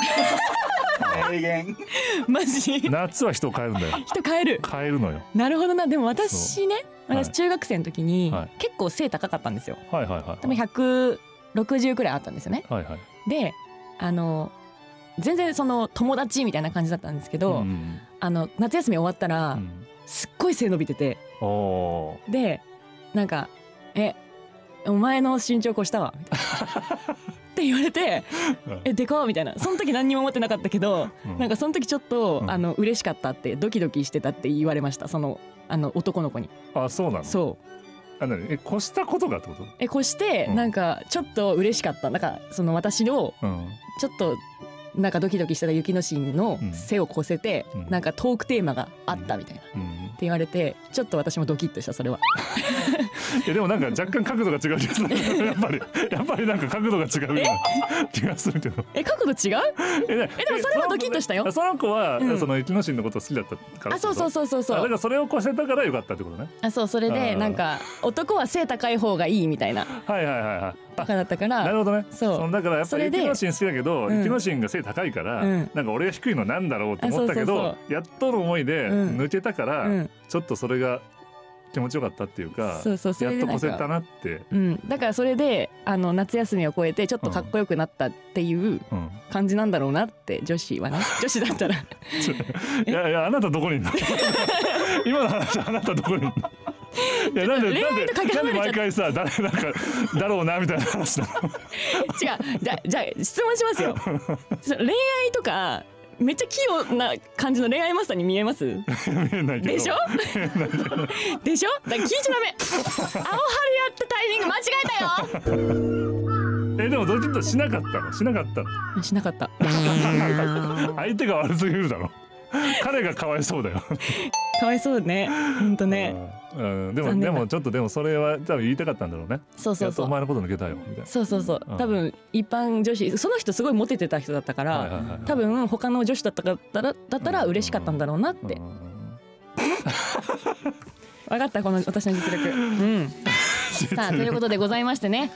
名言
マジ。人
夏は人を変えるんだよ
変える。
変えるのよ
なるほどな。でも私ね、
そうはい
私中学生の時に
はい
結構背高かったんですよ。
はいはいはいは
多分
い
百六十くらいあったんですよね。
はいはい
で、あの全然その友達みたいな感じだったんですけ
う
ど、
ん
あの夏休み終わった
う
ら
ん
すっごい背伸びてて、
おー
でなんかえお前の身長越したわ みたいなって言われて
うん
えでかっみたいなその時何にも思ってなかったけど。
うん
なんかその時ちょっと、
うん
あの嬉しかったってドキドキしてたって言われましたそのあの男の子に
あそうなの
そう
あ何え越したことがってこと
えこうして、
うん
なんかちょっと嬉しかったなんかその私の
うん
ちょっとなんかドキドキしてた雪のシーンの
うん
背を越せて、
うん
なんかトークテーマがあったみたいな、って
うん
言われて
ちょっと私もドキッとしたそれは。
いやでもなんか若干角度が違う気がする やっぱりやっぱりなんか角度が違うような気がするけど
え角度違う？
えで
えでもそれはドキッとしたよ
その子は、
うん
その生野市のこと好きだったから
あそうそ
う
うそうそうそ
だか
う。
らそれを越せたからよかったってことね
あそうそれ
あ
で
ー
なんか男は背高い方がいいみたいな
はいはいはいはい
とかだったか
あな
ら。
るほどね
そう
のだからやっぱ
そ
り
れで
生野市好きだけど
うん
生野市が背高いから、
うん
なんか俺が低いのなんだろうと思ったけ
あ
ど
そうそう
やっとの思いで
うん
抜けたから、
うん
ちょっとそれが気持ちよかったっていうか
そうそうそ
や
れ
っ
で
と
なん
越
か
せたなって、
うん、だからそれであの夏休みを超えてちょっとかっこよくなったっていう
うん、
感じなんだろうなって女子 はね女子だったら
いやいやあなたどこにいんの 今の話あなたどこにいんのいやなんで
恋
なん
愛
で
とか
なんで
け離れちゃった
毎回さ誰なんかだろうなみたいな話なの
違うじゃあじゃあ質問しますよそう恋愛とかめっちゃ器用な感じの恋愛マスターに見えます
見えないけど
で しょでしょだから聞いちゃダメ青春やったタイミング間違え
え
た
でもどっちとしなかったのしなかったの
よしなかった
相手が悪すぎるだろ 彼がかわいそうだよ、
かわいそうねほんとね
うん、でも
残念
で
だ
もちょっとでもそれは多分言いたかったんだろうね
そうそ
や
う
っと
そ
お
う
前のこと抜けたよみたいな
そうそうそう
うん
多分一般女子その人すごいモテてた人だったから、
はいはいはいはい
多分他の女子だったかだらだったら嬉しかったんだろうなって、
うん
分かったこの私の実力、うん、 さあということでございまして ね、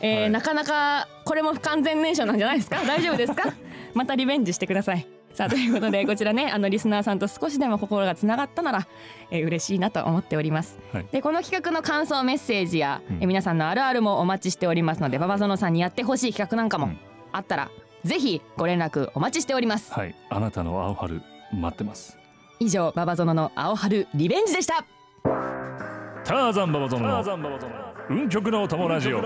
えー
はい
なかなかこれも不完全燃焼なんじゃないで すか大丈夫ですかまたリベンジしてくださいさあということでこちらねあのリスナーさんと少しでも心がつながったなら、えー、嬉しいなと思っております、
はい
でこの企画の感想メッセージや、
うん
えー皆さんのあるあるもお待ちしておりますので馬場園さんにやってほしい企画なんかも
うん
あったら、ぜひご連絡お待ちしております
はいあなたの青春待ってます
以上馬場園の青春リベンジでした
ターザンババゾンの運極のお供ラジオ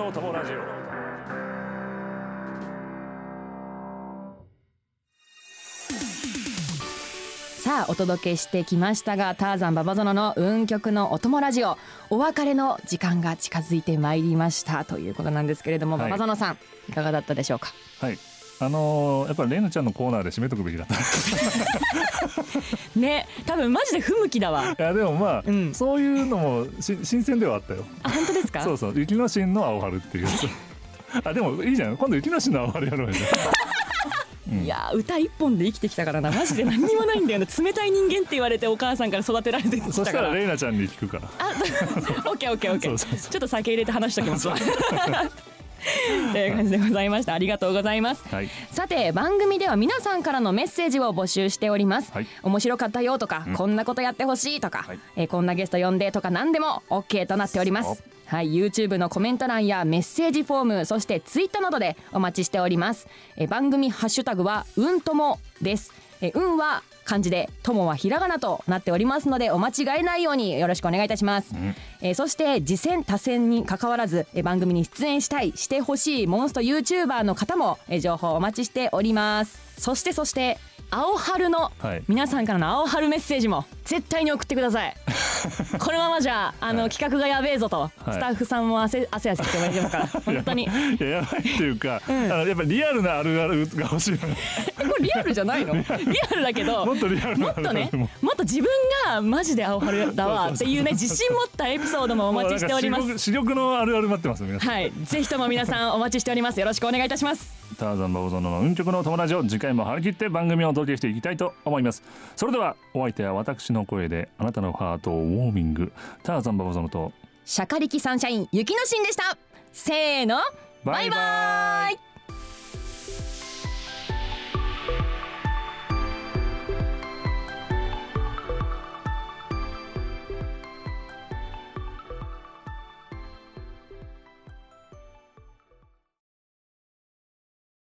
さあお届けしてきましたがターザンババゾノの運極のお供ラジオお別れの時間が近づいてまいりましたということなんですけれども、
はい
ババゾノさんいかがだったでしょうか
はいあのーやっぱレナちゃんのコーナーで締めとくべきだった い
ね多分マジで不向きだわ
やでもまあ、
うん
そういうのもし新鮮ではあったよ
あ本当ですか
そうそう雪の神の青春っていうやつ あでもいいじゃん今度雪の神の青春やろうよじゃあうん
いやー歌一本で生きてきたからなマジで何にもないんだよ な冷たい人間って言われてお母さんから育てられてき
そ
た
し
か
た
ら
らレイナちゃんに聞くから
あオッケーオッケーオッケ
そ
ー
うそうそ
ちょっと酒入れて話しときますわ という感じでございましたありがとうございます
うはい
さて番組では皆さんからのメッセージを募集しております、
はい
面白かったよとか、
うん
こんなことやってほしいとか、
はい
えーこんなゲスト呼んでとか何でも OK となっておりま
そう
すはい、YouTube のコメント欄やメッセージフォームそして Twitter などでお待ちしておりますえー番組ハッシュタグはうんともですえーうんは漢字でともはひらがなとなっておりますのでお間違えないようによろしくお願いいたします、
ん
えーそして次戦多戦に関わらずえー番組に出演したいしてほしいモンスト YouTuber の方もえー情報お待ちしておりますそしてそして青春の
はい
皆さんからの青春メッセージも絶対に送ってくださいこのままじゃあの、
はい
企画がやべえぞと、スタッフさんも汗汗汗してもらから本当にこ
いややばいっていうか、
ん
あのやっぱリアルなあるあるが欲しいのよ
れリアルじゃないのリアルだけど
もっとリアルなあ
もっ
る
と
あ
ね
るも
もっと自分がマジで青春だわっていうね自信持ったエピソードもお待ちしておりま
もうなんか
す
視力視力のあるある待ってます皆さん
はいぜひとも皆さんお待ちしておりますよろしくお願いいたします
ターザンバボゾノの運極の友達を次回も張り切って番組をお届けしていきたいと思いますそれではお相手は私の声であなたのハートをウォーミングターザンバボゾノと
シャカリキサンシャイン雪のシンでしたせーのバイバイ